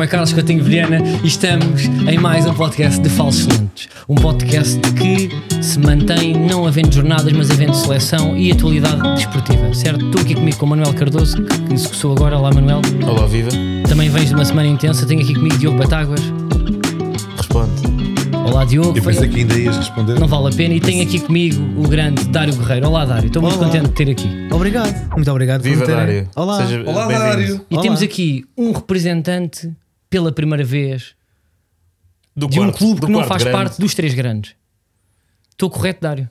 é Carlos Coutinho Vilhena e estamos em mais um podcast de Falsos Lentos. Um podcast que se mantém não havendo jornadas, mas havendo seleção e atualidade desportiva, certo? Estou aqui comigo com o Manuel Cardoso, que se coçou agora. Olá, Manuel. Olá, viva. Também vens de uma semana intensa. Tenho aqui comigo Diogo Batáguas. Responde. Olá, Diogo. Eu Foi- pensei é que ainda ias responder. Não vale a pena. E tenho aqui comigo o grande Dário Guerreiro. Olá, Dário. Estou muito Olá. contente de ter aqui. Obrigado, muito obrigado Viva, por me terem. Dário. Olá. Seja Olá, bem-vindo. Dário. E Olá. temos aqui um representante pela primeira vez Do de um quarto- clube do que não quarto faz grande. parte dos três grandes. Estou correto, Dário?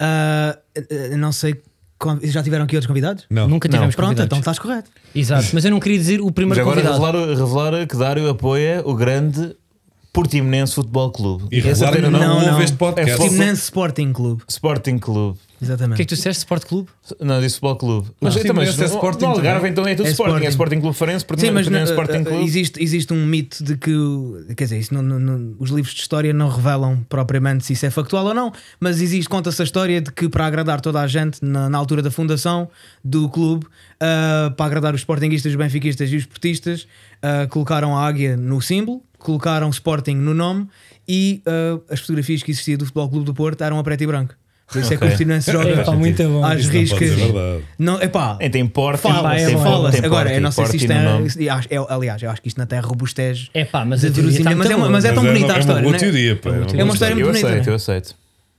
Ah, eh, não sei, con- já tiveram aqui outros convidados? Não. Nunca tivemos Pronto, convidados. então estás correto. Exato, mas eu não queria dizer o Mas primeiro agora convidado. revelar, revelar que Dário apoia o grande Portimonense Futebol Clube. E Essa revelar que pena não, não, ouve não. este É podcast. futebol- Fluminense Sporting Clube. Sporting Clube. O que é Exatamente. que tu disseste? Sport Clube? Não, disse Futebol Clube. Mas Sim, então, mas mas esse é no- Sporting no Algarve, também. então é tudo É Sporting. É Sporting. Sporting Clube Farense, Sim, mas Portimonense eh, Sporting eh, Clube. existe, existe um mito de que o- quer dizer, isso não- não- não- os livros de história não revelam propriamente se isso é factual ou não, mas existe, conta-se a história de que para agradar toda a gente na, na altura da fundação do clube, ah, para agradar os sportinguistas, os benfiquistas e os portistas, ah, colocaram a águia no símbolo, colocaram Sporting no nome e ah, as fotografias que existiam do Futebol Clube do Porto eram a preto e branco. Por isso é que o Ok. então. Portimonense É, joga pá, muito bom. às Isso não pode riscas. ser verdade. Não, epá, É, Tem Porto, Fala, tem é se bom. Porto, fala tem Agora, Porto, eu não sei se Porto isto no é, nome. eu acho- eu- Aliás, eu acho que isto não tem robustez. É pá, mas a de teoria está verosimilhança, mas, é uma, muito mas é Mas tão é bonita uma- a é uma história. boa não é? teoria, pá, é uma É boa uma história muito Eu bonita. aceito, não eu é? aceito.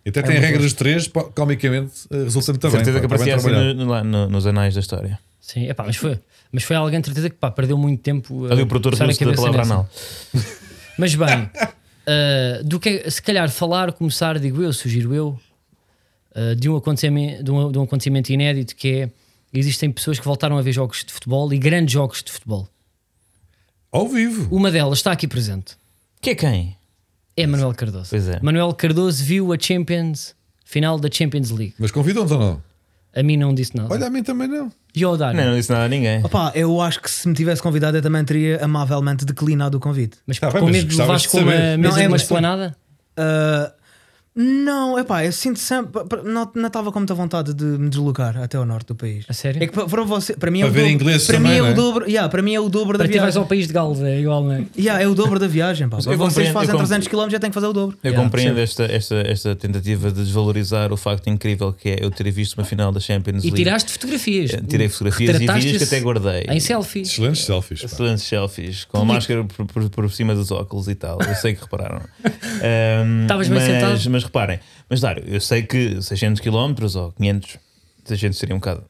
E Até tem regras dos três, pá, comicamente eh, resulta-me também. Certeza que pá, está bem aparecia assim trabalhado. no- lá no- nos anais da história. Sim, é pá, mas foi, mas foi alguém de certeza que pá, perdeu muito tempo a Ali o produtor puxar a russo da cabeça palavra é nessa. anal. assim. Mas bem, ah, do que, se calhar falar, começar, digo eu, sugiro eu, ah, de, um acontecimento, de, um, de um acontecimento inédito que é existem pessoas que voltaram a ver jogos de futebol e grandes jogos de futebol. Ao vivo. Uma delas está aqui presente. Que é quem? É Manuel Cardoso. Pois é. Manuel Cardoso viu a Champions, final da Champions League. Mas convidam-te ou não? A mim não disse nada. Olha, a mim também não. E oh, ao Dário? Ah, Não, não disse nada a ninguém. Opa, eu acho que se me tivesse convidado, eu também teria amavelmente declinado o convite. Mas Tá bem, com mas medo de gostavas levares de com uma mesa saber. Não, é de uma muito- esplanada? Ah, não, epá, eu sinto sempre. pa- pa- Não não estava com muita vontade de me deslocar até ao norte do país. A sério? É que pa- para, você, para mim é Para o ver dobro. ingleses para, mim também, é não é? o dobro yeah, para mim é o dobro da Para ti vais viagem. ao país de Gales, é igual, não é? Yeah, é o dobro da viagem. Pá. eu Vocês compreendo, fazem eu comp- 300 km, já tenho que fazer o dobro. Eu Yeah, compreendo esta, esta, esta tentativa de desvalorizar o facto incrível que é eu ter visto uma final da Champions E League. tiraste fotografias. Eh, Tirei fotografias e Retrataste-se vídeos que até guardei. Em selfies. Excelentes selfies. pá. Excelentes selfies, com a máscara por, por- por cima dos óculos e tal. Eu sei que repararam. Ahm, Estavas bem mas, sentado? Mas reparem, mas Dário, eu sei que 600 km ou 500, 600 seria um bocado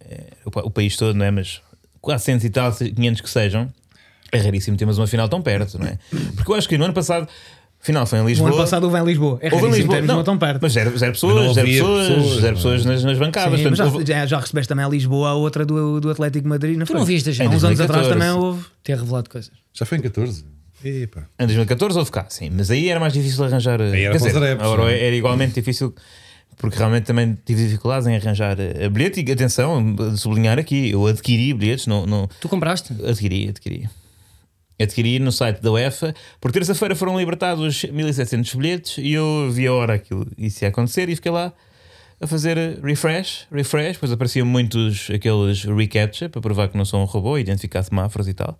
eh, o, pa- o país todo, não é? Mas 400 e tal, 500 que sejam, é raríssimo termos uma final tão perto, não é? Porque eu acho que no ano passado, a final foi em O Lisboa. ano passado houve em Lisboa. É Houve em raríssimo Lisboa, termos uma não, tão perto. Mas zero, zero Mas não pessoas, zero havia pessoas, pessoas, zero não é? pessoas nas, nas bancadas. Sim, mas Ah, portanto, já, houve- já, já recebeste também a Lisboa a outra do, do Atlético de Madrid. Não Tu foi? não vias da Há gente uns anos atrás 2014. também houve. ter revelado coisas. Já foi em 14. E, pá. Em 2014 houve cá, sim, mas aí era mais difícil arranjar. eh, Aí era quer para os dizer, adeptos, agora não é? era igualmente difícil, porque realmente também tive dificuldades em arranjar eh, bilhete. E atenção, de sublinhar aqui, eu adquiri bilhetes, não, não Tu compraste? adquiri, adquiri. Adquiri no site da UEFA, porque terça-feira foram libertados 1700 bilhetes e eu vi a hora que isso ia acontecer e fiquei lá a fazer refresh, refresh, depois apareciam muitos aqueles recaptcha para provar que não sou um robô, identificar semáforos e tal.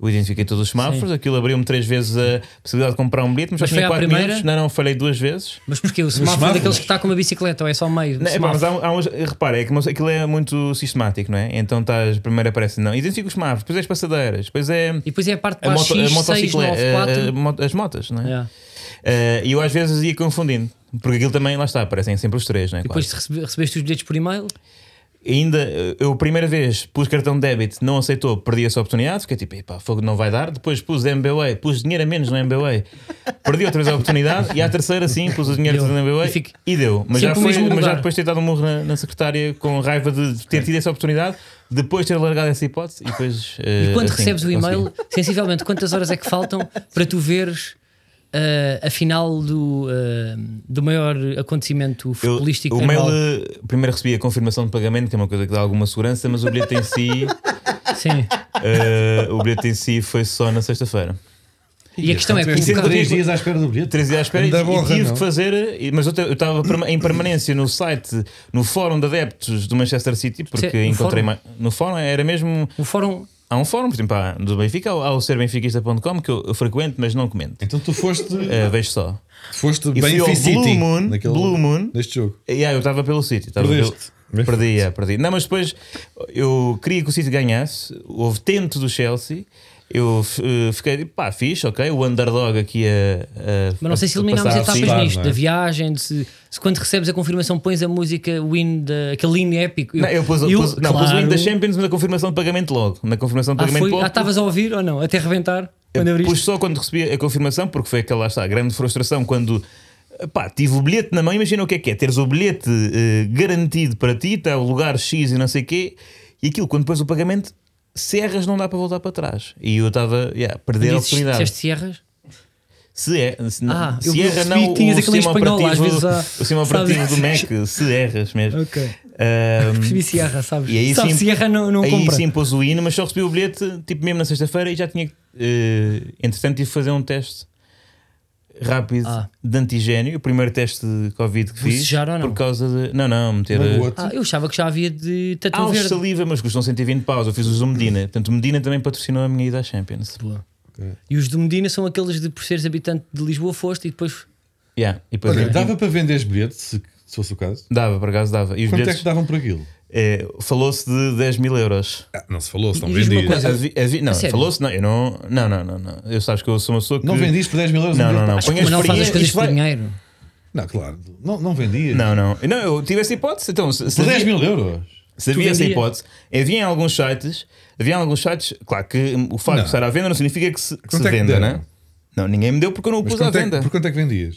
Eu identifiquei todos os semáforos, aquilo abriu-me três vezes a possibilidade de comprar um bilhete, mas, Mas foi já tinha à quatro primeira? minutos. Não, não, falhei duas vezes. Mas porque o semáforo é semáforos? daqueles que está com uma bicicleta ou é só meio? Não, é, pá, semáforo? mas há, um- há uns, repara, é que não sei- aquilo é muito sistemático, não é? Então estás, primeiro aparece, não, identifica os semáforos, depois é as passadeiras, depois é E depois é a parte a para moto, a X, motocicleta, 694. a- a mo- as motas, não é? É. Eh, E eu às vezes ia confundindo, porque aquilo também, lá está, aparecem sempre os três, não é? E depois recebe- recebeste os bilhetes por e-mail? Ainda, eh, eu a primeira vez pus cartão de débito, não aceitou, perdi essa oportunidade, fiquei tipo, epá, fogo não vai dar. Depois pus MBWay, pus dinheiro a menos no MBWay, perdi outra vez a oportunidade, e à terceira sim, pus o dinheiro Deu. no MBWay E e, fica- deu. Mas já, sempre no foi, mesmo mas lugar. É. já depois ter dado um murro na, na secretária com raiva de ter tido essa oportunidade, depois ter largado essa hipótese e depois. eh, assim, E quando recebes o e-mail, sensivelmente, quantas horas é que faltam para tu veres ah, a final do, ah, do maior acontecimento Eu- futebolístico? o anual? mail, eh, primeiro recebi a confirmação de pagamento, que é uma coisa que dá alguma segurança, mas o bilhete em si, Sim. eh, o bilhete em si foi só na sexta-feira. E a questão é: Então, tiveste colocar- três dias à espera do bilhete. Três dias à espera e, Anda e borra, tive não? de fazer, eh, mas eu te- eu estava perma- em permanência no site, no fórum de adeptos do Manchester City, porque Sim, no encontrei fórum? mais. No fórum é, era mesmo o fórum há um fórum, por exemplo, há, do Benfica, há o- há o serbenfiquista.com que eu, eu frequento, mas não comento. Então tu foste, Eh, vejo só. tu foste E fui ao Benfica City Blue Moon, naquele- Blue Moon. neste jogo. Yeah, eu estava pelo City. estava Perdeste. Pelo... Perdi, yeah, perdi. Não, mas depois eu queria que o City ganhasse. Houve tento do Chelsea. Eu eh, fiquei, pá, fixe, ok. O underdog aqui a. a Mas não sei se eliminámos a passar etapas assim. Claro, nisto, não é? da viagem, de se, se quando recebes a confirmação pões a música win, da, aquele hino épico. Não, eu pus, pus- não, pus o link da Champions na confirmação de pagamento logo. Na confirmação de Ah, pagamento foi? logo. Ah, estavas a ouvir ou não? Até reventar? Quando abriste? Pus só quando recebi a confirmação, porque foi aquela lá está, grande frustração quando pá, tive o bilhete na mão. Imagina o que é que é, teres o bilhete eh, garantido para ti, está o lugar X e não sei o quê, e aquilo, quando pões o pagamento, serras não dá para voltar para trás. E eu estava yeah, a perder a Dizes- oportunidade. Disseste Sierras? Se é, se, não- Ah, eu se vi- erra, vi não que o tinhas aquele sistema espanhol, às operativo, vezes há- o sistema operativo do Mac, sabes? se erras mesmo. Ok. Ahm, Percebi Sierra, sabes? Uhum. e aí Sabe, sim, Sierra não, não aí compra. sim pôs o hino, mas só recebi o bilhete tipo mesmo na sexta-feira e já tinha. eh, entretanto, tive que fazer um teste rápido Ah. de antigênio, o primeiro teste de Covid que fiz. Bocejar ou não? Por causa de. Não, não, meter. Magoou-te. Ah, eu achava que já havia de tatu Aos um verde. Hum. saliva, mas custam 120 paus. Eu fiz os do Medina. Portanto, o Medina também patrocinou a minha ida à Champions. Boa. E os de Medina são aqueles de por seres habitante de Lisboa foste e depois Yeah, e depois Olha, dava para vender os bilhetes, se, se fosse o caso. Dava, por acaso dava. E os Quanto é bilhetes. que davam por aquilo? eh, Falou-se de 10 mil euros. Ah, não se falou, se não E diz-me uma vendias. coisa. Avi- avi- não, sério? falou-se, não, eu não, não, não, não, não. Eu sabes que eu sou uma pessoa que. Não vendias por 10 mil euros? um Não, não, bilhete? não. acho que Põe o Manuel faz as experiência, coisas isto por vai- dinheiro. Não, claro. Não, não vendias. Não, não. Não, eu tive essa hipótese. Então, se, se Por 10 havia, mil euros? se havia essa vendias. hipótese, havia em alguns sites, havia em alguns sites, claro que hum, o facto Não. de estar à venda não significa que se, que se Quanto é que venda, deram? né? Não, ninguém me deu porque eu não o Mas pus à quanto é que- venda. por quanto é que vendias?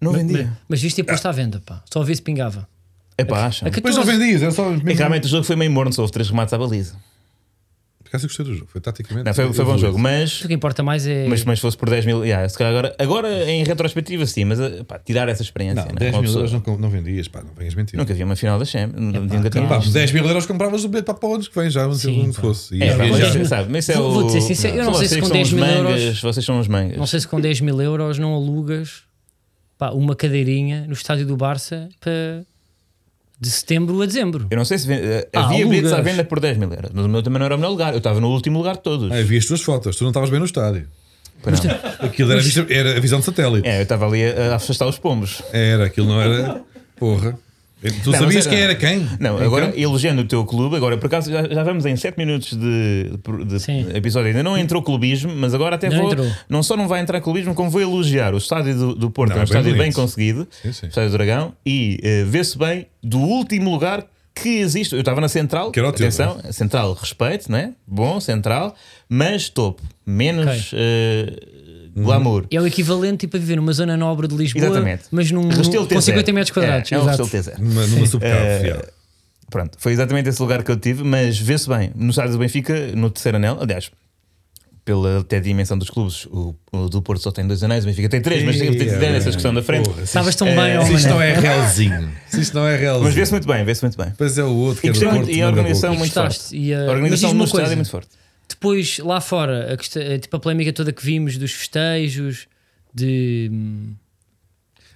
Não vendia. Mas viste ter posto à venda, pá. Só a ver se pingava. É pá, acha. A Depois não 14. vendias, era só. É que Mesmo... Realmente o jogo foi meio morno, só houve três remates à baliza. Por acaso eu gostei do jogo, foi taticamente. Não, foi, foi bom jogo, mas, O que importa mais é. mas, mas fosse por 10 mil. yeah, se calhar agora, agora em retrospectiva, sim, mas eh, pá, tirar essa experiência. Não, né, 10 uma mil pessoa- euros não, com- não vendias, pá, não venhas mentir. Nunca havia uma final da Champions. nunca claro. tinha. Pá, por 10 mil euros compravas o bilhete para para o ano que vem, já não sei Sim, onde pá. fosse. E É, já pá, mas- viajar. vocês sabem, mas isso é Vou- o- vou dizer sincero, eu não São sei se com vocês que são 10 os mil mangas, euros- Vocês são os mangas. Não sei se com 10 mil euros não alugas pá, uma cadeirinha no estádio do Barça para de setembro a dezembro. Eu não sei se ven- eh, Ah, havia bilhetes à alugas. venda por 10 mil euros, mas o meu também não era o melhor lugar. Eu estava no último lugar de todos. É. Ah, vi as tuas fotos, tu não estavas bem no estádio. Pois não. Aquilo era, a vista- era a visão de satélite. É, eu estava ali a, a afastar os pombos. Era, aquilo não era. Porra. Tu mas sabias era- quem era quem? Não, agora Então? elogiando o teu clube, agora por acaso já, já vamos em 7 minutos de, de- Sim. de episódio. Ainda não entrou clubismo, mas agora até Não vou. entrou. Não só não vai entrar clubismo, como vou elogiar o estádio do, do Porto. Não, é um é bem estádio bem bonito. conseguido, Sim, sim. estádio do Dragão, e eh, vê-se bem do último lugar que existe. Eu estava na Central, Que era o teu, é? atenção, Central, respeito, né? Bom, Central, mas topo, menos eh, glamour. É o equivalente tipo, a viver numa zona nobre de Lisboa, Exatamente. mas num, Restelo com T0. 50 metros quadrados. É, é um exato. Restelo T0. Numa, numa Eh, subcarro, fiel. Pronto, foi exatamente esse lugar que eu tive, mas vê-se bem, no estádio do Benfica, no terceiro anel, aliás, pela até dimensão dos clubes, o, o do Porto só tem dois anéis, o Benfica tem três, mas tem Ia tem- tem essa discussão da frente. Porra, se Estavas isto- tão bem, É, ó, Se isto mané. não é realzinho, se isto não é realzinho. Mas vê-se muito bem, vê-se muito bem. Depois é o outro que E é do gostei muito, Porto. e a organização Mangabuco. muito Gostaste, forte. e, uh, A mas diz-me organização uma no estádio coisa. é muito forte. Depois, lá fora, a, quest- a- tipo, a polémica toda que vimos dos festejos, de. hum,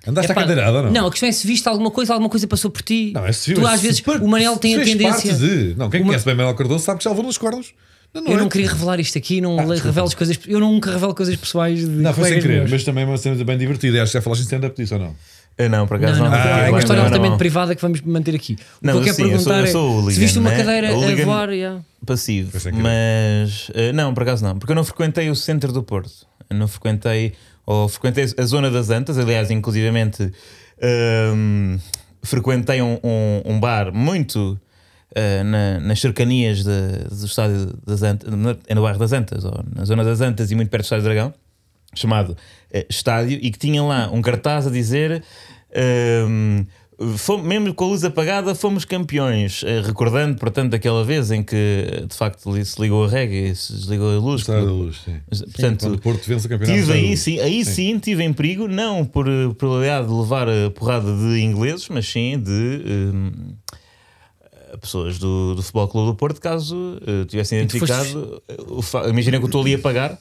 Andaste à Epá, cadeirada ou não? a questão é se viste alguma coisa, alguma coisa passou por ti. Não, é civil, tu é às vezes, super- o Manel tem a fez tendência. parte de- Não, quem Uma- conhece bem Manuel Cardoso sabe que já levou nos cornos. Eu não é- queria revelar isto aqui, não le- desculpa. revelo as coisas. Eu nunca revelo coisas pessoais de. Não, foi sem colegas querer, meus. mas também é uma cena bem divertida. Acho que já falaste em stand-up disso ou não? Ah, Não, por Não, acaso não, não. não, Ah, é uma não, história não, altamente não. privada que vamos manter aqui. O Não, que eu quero sim, eu sou- perguntar eu sou o é se hooligan, viste uma né? cadeira a Hooligan- voar. yeah. Passivo, sem querer. mas ah, não, por acaso não, porque eu não frequentei o centro do Porto, eu não frequentei, ou frequentei a zona das Antas, aliás, inclusivamente ahm, frequentei um, um- um bar muito ah, na- nas cercanias de- do estádio das Antas, no, é no bairro das Antas, ou na zona das Antas e muito perto do estádio do Dragão, chamado eh, Estádio, e que tinha lá um cartaz a dizer. ahm, fomos- mesmo com a luz apagada, fomos campeões. Eh, recordando, portanto, daquela vez em que eh, de facto li- se ligou a regra e se desligou a luz. Estrada da Luz, sim. Quando o Portanto, Porto vence o campeonato. tive da aí Luz. sim, aí sim. tive em perigo, não por eh, probabilidade de levar a porrada de ingleses, mas sim de hum, eh, pessoas do, do Futebol Clube do Porto, caso eh, tivessem E tu foste- identificado. eh, o fa- Imagina que eu estou ali a pagar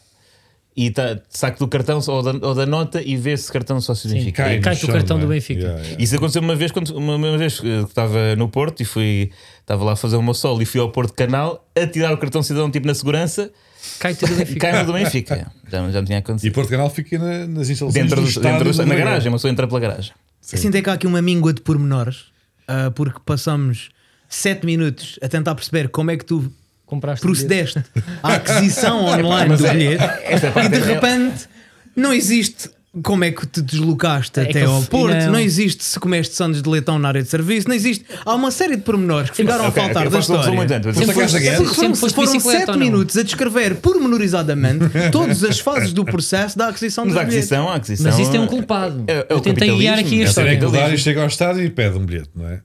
e tá, saco do cartão ou da, ou da nota e vê se cartão sócio do Benfica. Cai-te o cartão é? do Benfica. Isso aconteceu uma vez, quando, uma, uma vez eh, que estava no Porto e fui, estava lá a fazer o meu solo e fui ao Porto Canal a tirar o cartão cidadão tipo na segurança Cai tudo bem e fica. cai no do Benfica. Já, já me tinha E acontecido. Porto Canal fica na- nas instalações Dentro, do do, estádio é? dentro do, do na Dragão. garagem, uma pessoa entra pela garagem. Sinto é que há aqui uma míngua de pormenores, ah, porque passamos 7 minutos a tentar perceber como é que tu Compraste procedeste à aquisição online do bilhete e de repente não existe como é que te deslocaste É que até ao eu- Porto, não. não. existe se comeste sandes de leitão na área de serviço, não existe. Há uma série de pormenores que ficaram Ok, a faltar ok, da faço uma história. resumo, então. Mas Sempre depois- foste- É Sempre porque foram, foste foram bicicleta ou 7 não? minutos a descrever pormenorizadamente todas as fases do processo da aquisição Mas do a bilhete. aquisição, a aquisição. Mas isso tem um culpado. É- é o eu tentei guiar capitalismo. aqui É a o Essa história. é que o Dário chega ao estádio e pede um bilhete, não é?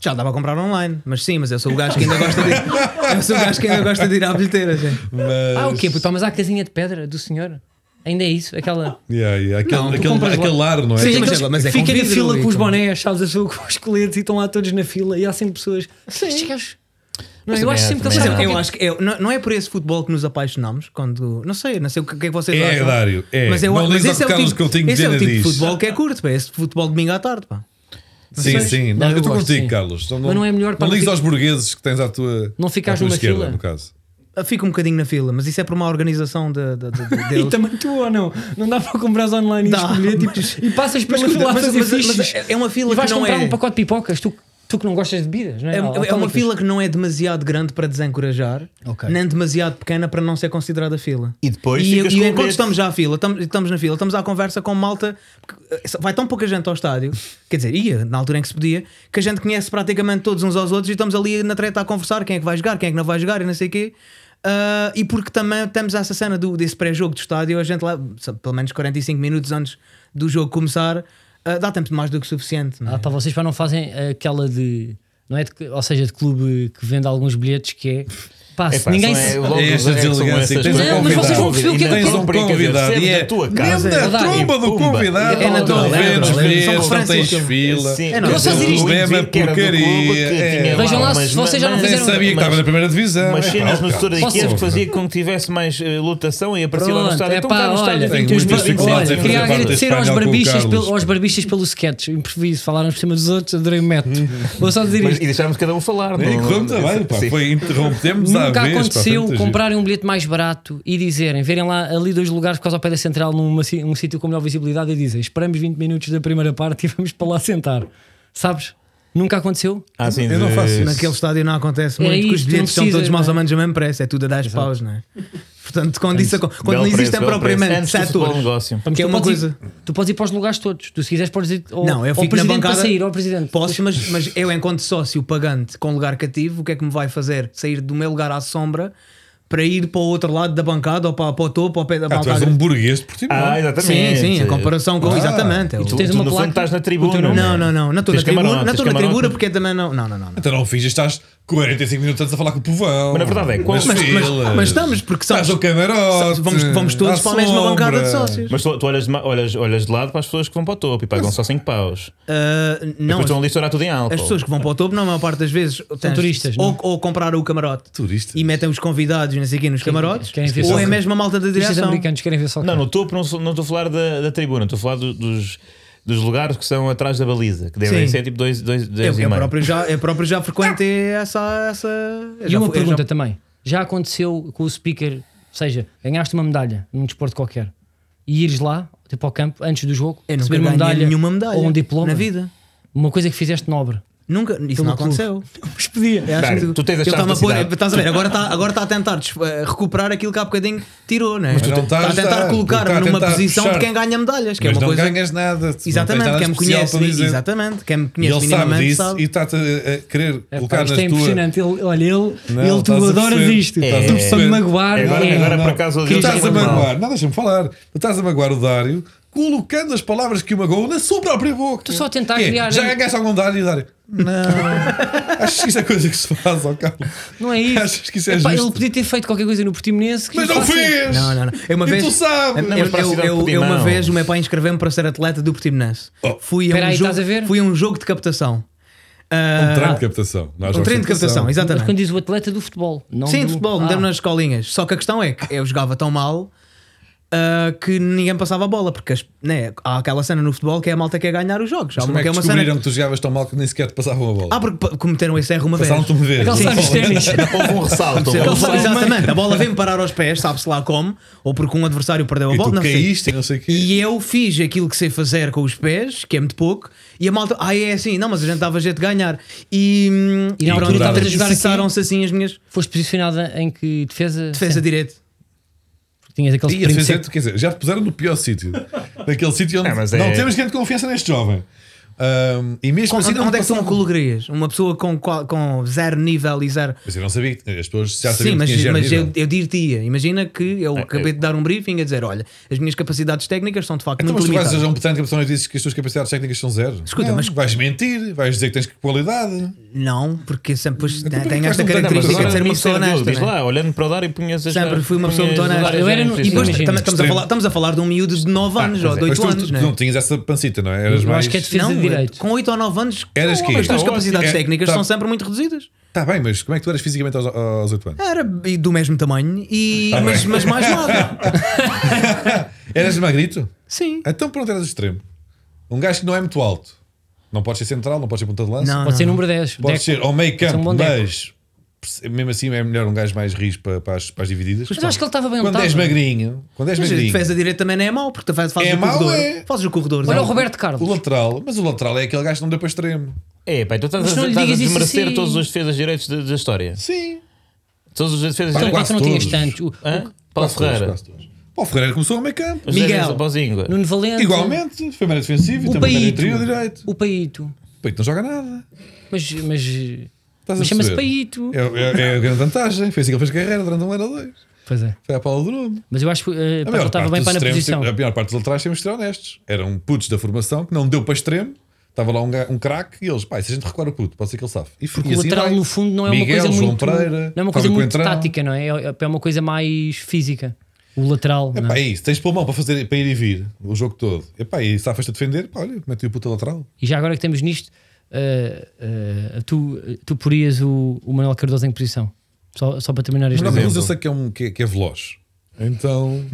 Já dava a comprar online, mas sim, mas eu sou o gajo que ainda gosta de ir, eu sou o gajo que ainda gosta de ir à bilheteira. gente. Mas... Ah, o quê? Puta, mas há a casinha de pedra do senhor? Ainda é isso? Aquela. Yeah, yeah, Aquele, Não, tu aquele, compras aquele lá. ar, não é? Sim, Aquele- mas é- mas é com fica na vidro fila e com os com- bonés, chaves azul, com os coletes e estão lá todos na fila e há sempre pessoas. Estes gajos. Não, eu Mas também acho há- sempre que eles também Mas Sim, sabem eu, eu qualquer- acho que eu- não, não é por esse futebol que nos apaixonamos quando. Não sei, não sei o que, o que é que vocês É, acham. Dário, é. Mas, eu, Não mas ligas ao esse é o Carlos tipo, Coutinho esse é o Vilhena tipo de diz. futebol que é curto, pá. Esse futebol de domingo à tarde, pá. Sim, sim. Não, Não, eu eu estou gosto, contigo, sim. Carlos. Então Mas não é melhor para Não não ligues fi- aos burgueses que tens à tua. Não ficares à tua numa esquerda, fila. no caso. Fica um bocadinho na fila, mas isso é por uma organização de, de, de, de E deles. também tu ou não? Não dá para comprar online Dá, e escolher tipo, mas- e passas pela mas- fila a mas- fazer mas- mas fichas. é- é uma fila e vais que não comprar é- um pacote de pipocas, tu, tu que não gostas de bebidas, não é? É, é- é uma Alcoólicas. fila que não é demasiado grande para desencorajar, Ok. nem demasiado pequena para não ser considerada fila. E depois e, ficas e com enquanto medo. estamos já à fila, estamos, estamos na fila, estamos à conversa com malta, porque, eh, vai tão pouca gente ao estádio, quer dizer, ia na altura em que se podia, que a gente conhece praticamente todos uns aos outros e estamos ali na treta a conversar quem é que vai jogar, quem é que não vai jogar e não sei o quê. Ah, e porque também temos essa cena do, desse pré-jogo do estádio, a gente lá, sabe, pelo menos 45 minutos antes do jogo começar, ah, dá tempo de mais do que suficiente. não é? Ah, pá, vocês já não fazem aquela de. Não é de- ou seja, de clube que vende alguns bilhetes que é. Pá, se Epá, ninguém são é- se. logo- É esta é que são deselegância essas que tens coisas. um Não, mas vocês vão perceber o que é que Tens é. um brincadeiro, Convidado, serve e é- na tua casa. Mesmo na Verdade. tromba do Pumba. convidado. É natural, Não é vês, natural. vês, São não referências tens que eu- fila. Sim, É normal. mas o Vocês Luís Vejam dizem que era do clube porcaria, que é, tinha Vejam lá mas se vocês já não mas- Nem fizeram- sabia que estava na primeira divisão. Umas É, cenas pá, no setor de Posso- Quiabos que fazia com que tivesse mais eh, lotação e aparecia lá no Pronto, estádio. é Então pá, cá no estádio olha, tem tenho muitos muita vizinhos. dificuldade Olha, em queria fazer parte deste agradecer aos painel com o barbichas, Carlos. pelo, aos barbichas pelo sketch, improviso, falaram por cima dos outros, adorei o método. Uhum. Vou só dizer Mas- isto. E deixámos cada um falar. E corremos a bem, pá. Sim. Foi interrompemos à Nunca vez. pá, aconteceu foi muito comprarem um bilhete mais barato e dizerem, verem lá ali dois lugares por causa ao pé da central, num um sítio com melhor visibilidade, e dizem: esperamos 20 minutos da primeira parte e vamos para lá sentar. Sabes? Nunca aconteceu? Ah, sim, Eu não de- faço isso. Naquele estádio não acontece É muito, porque os isto, bilhetes não são todos precisas, mais ou não é? menos a mesmo preço, é tudo a 10 paus, não é? Portanto, quando, isso, acon- quando É Belo não existem preço, belo preço. propriamente Antes do futebol um setores, negócio. Mas que é tu uma podes ir- coisa. tu podes ir para os lugares todos. Tu, se quiseres, podes ir ao, Não, eu ao fico na presidente bancada. para sair, ao presidente. Posso, mas, mas eu, enquanto sócio pagante com lugar cativo, o que é que me vai fazer? Sair do meu lugar à sombra para ir para o outro lado da bancada ou para, para o topo ou para da giro. Ah, tu balcada? és um burguês de Portimão. Ah, Sim, exatamente. Ah, sim, a comparação com. exatamente. é o- Tu, tens Então, tu uma no placa? fundo estás na O tribuna. é? teu nome? Não, não, não. Não estou na Tens tribuna, camarote, não estou na tens tribuna camarote. porque é também não. Não, não, não. não. Então não finges, estás 45 minutos antes a falar com o povão. Mas na verdade é que- Nas Mas- Mas, filas. mas estamos, porque Estás somos, ao camarote. vamos, vamos todos à para a mesma sombra. bancada de sócios. Mas tu, tu olhas, de, ma- olhas, olhas de lado para as pessoas que vão para o topo e pagam só 5 paus. Ah, Não, não, Depois estão ali a estourar tudo em álcool. As pessoas que vão para o topo, não, a maior parte das vezes, tens- turistas, não? é? ou, ou compraram o camarote Turistas. e metem os convidados, não sei quê, nos camarotes, querem ver ou é só- mesmo a malta da Os direção. americanos querem ver só Não, cá. no topo não, sou- não estou a falar da, da tribuna, estou a falar do- dos, dos lugares que são atrás da baliza, que devem Sim. ser tipo 2 dois, Eu, dois e eu, meio. próprio já, eu próprio já frequentei essa. essa eu Então. E já uma fui- eu pergunta já- também: já aconteceu com o speaker, ou seja, ganhaste uma medalha num desporto qualquer e ires lá, tipo ao campo, antes do jogo, Eu nunca receber uma ganhei medalha, nenhuma medalha ou um diploma na vida. Uma coisa que fizeste nobre. Nunca, isso Pelo não aconteceu. Mas podia. Eu acho Dário, assim. que tu tens a ele chave está-me da a pôr- cidade. Estás a ver? Agora está agora está a tentar des- eh, recuperar aquilo que há bocadinho tirou, não é? tu não está a estás, tentar está. colocar-me Está a numa tentar posição de puxar. quem ganha medalhas, que é Mas uma não coisa. ganhas nada. tu não tens Exatamente, nada quem me especial conhece, para dizer. exatamente, quem me E conhece ele sabe minimamente disso e sabe. está-te a, a querer É, pá, colocar isto nas é impressionante. Ele, olha, ele, Não, ele tu estás a adoras perceber. isto. É. Estás É. a tu para perceber. me magoar. Agora- é. agora- por acaso, tu Deus estás a tem uma magoar, não deixa-me falar. Tu estás a magoar o Dário colocando as palavras que o magoam na sua própria boca. Tu só tentar É, criar- Já ganhaste algum Dário, Dário? Não. Achas que isso é coisa que se faz ao cabo? Não é isso. Achas que isso é Epá, justo? ele podia ter feito qualquer coisa no Portimonense. que Mas ele não faça- fez! assim. Não, não, não. Eu uma E vez, tu sabes! Eu, mas para a eu- cidade eu- de eu uma Portimão. vez, o meu pai inscreveu-me para ser atleta do Portimonense. Fui, a um Espera aí, jogo, estás a ver? fui a um jogo de captação. Oh. Ah, Um treino de captação. Não, Um treino de captação, Mas exatamente. quando diz o atleta do futebol, não Sim, do... de futebol, Ah, me deram nas escolinhas. Só que a questão é que eu jogava tão mal ah, que ninguém passava a bola, porque as- né, há aquela cena no futebol que é a malta que quer ganhar os jogos. Há Como uma, é que que é uma cena. descobriram que tu jogavas tão mal que nem sequer te passavam a bola? Ah, porque pa- cometeram esse erro uma vez. Passaram-te um uma vez. Aquele Sim. sabe os ténis. Houve um ressalto. Sim, houve um ressalto. exatamente, a bola vem parar aos pés, sabe-se lá como, ou porque um adversário perdeu a E bola, tu não sei. caíste e não sei o quê. E eu fiz aquilo que sei fazer com os pés, que é muito pouco, e a malta, ah, é assim, não, mas a gente dava jeito de ganhar. E, hum, E na altura pronto, estavas a jogar aqui? cessaram-se assim as minhas Foste posicionada em que defesa? defesa Sempre. direita. Tinhas aquele E a sprint defesa, é sempre. quer dizer, já te puseram no pior sítio. Naquele sítio onde É, mas não é- temos grande confiança neste jovem. Ahm, e mesmo assim, Onde, não onde é que são passaram- colorias? Uma pessoa com, qual- com zero nível e zero. Mas eu não sabia, que- as pessoas já sabiam Sim, mas, que tinha mas eu, germível. eu dir-te-ia. Imagina que eu É, acabei de dar um briefing a dizer: olha, as minhas capacidades técnicas são de facto Então, mas muito tu vais a limitadas. um petante que a pessoa dizes que as tuas capacidades técnicas são zero. Escuta, Não, mas- Vais mentir, vais dizer que tens qualidade. Não, porque sempre pois, um- Então, porquê tenho que esta faz um Não, tanto mas característica agora de ser uma me pessoa saiu honesta. Diz não é? lá, olhando para o dar e punhas as Sempre fui uma pessoa muito punhas as honesta. áreas Eu era em no- e E depois posição. Imagina, também estamos a, extremo. Tá, falar, estamos a falar de um miúdo de 9 anos pois ou é. de Mas 8 tu, anos, tu- tu não é? não tinhas essa pancita, não é? Eras Eu mais. acho que é defesa de direito. com 8 ou 9 anos, Eras não, quê? as tuas Não, capacidades é- técnicas tá. são sempre muito reduzidas. Está bem, mas como é que tu eras fisicamente aos, aos 8 anos? Era e do mesmo tamanho, e, Tá mas, bem. mas mais magro. Eras magrito? Sim. Então pronto, eras extremo. Um gajo que não é muito alto. Não pode ser central, não pode ser ponta de lança. Não, Pode ser número 10. Pode Deco. ser ao meio Pode ser campo, um bom Deco. mas perce- mesmo assim é melhor um gajo mais rijo para, para as, para as divididas. Mas eu acho que ele estava bem Quando notado. és magrinho, quando és Mas a magrinho, defesa direita também não é mau, porque tu fazes, fazes É o mau, corredor. é. Fazes o corredor. Olha não. o Roberto o Carlos. lateral, mas o lateral é aquele gajo que não deu para extremo. É, pá, tu estás, Mas a- não lhe estás a digas isso desmerecer assim. todos os defesas direitos da, da história. Sim. Todos os defesas Pá, Então, direitos. quase não tinhas todos. tantos. O- Hã? Paulo Ferreira. Quase todos. Paulo Ferreira começou ao meio campo. José Miguel. Reis Bozinga. Nuno Valente. Igualmente, foi meio defensivo, O também era Paíto. interior direito. O Paito. O Peito não joga nada. Mas. mas Estás a mas chama-se perceber? Paito. É, é, é a grande vantagem. Foi assim que ele fez carreira durante um ano ou dois. Pois é. Foi à Paula do Nuno. Mas eu acho que eh, pá, ele estava bem dos para na extremos, é- posição. A pior parte dos laterais temos de ser honestos. Eram putos da formação que não deu para extremo. Estava lá um, ga- um craque e eles, pá, se a gente recuar o puto, pode ser que ele safe. E Porque e o assim lateral, vai. no fundo, não é Miguel, uma coisa João muito, Pereira, não é uma coisa Fábio muito Coentrão. tática, não é? É é uma coisa mais física. O lateral. É não pá, é? é isso. Tens pulmão para, fazer, para ir e vir o jogo todo. É pá, e safas-te a defender, pá, olha, mete o puto a lateral. E já agora que estamos nisto, eh, eh, tu, tu porias o, o Manuel Cardoso em que posição? Só, só para terminar Mas este não, exemplo. mas eu sei que é, um, que é, que é veloz. Então.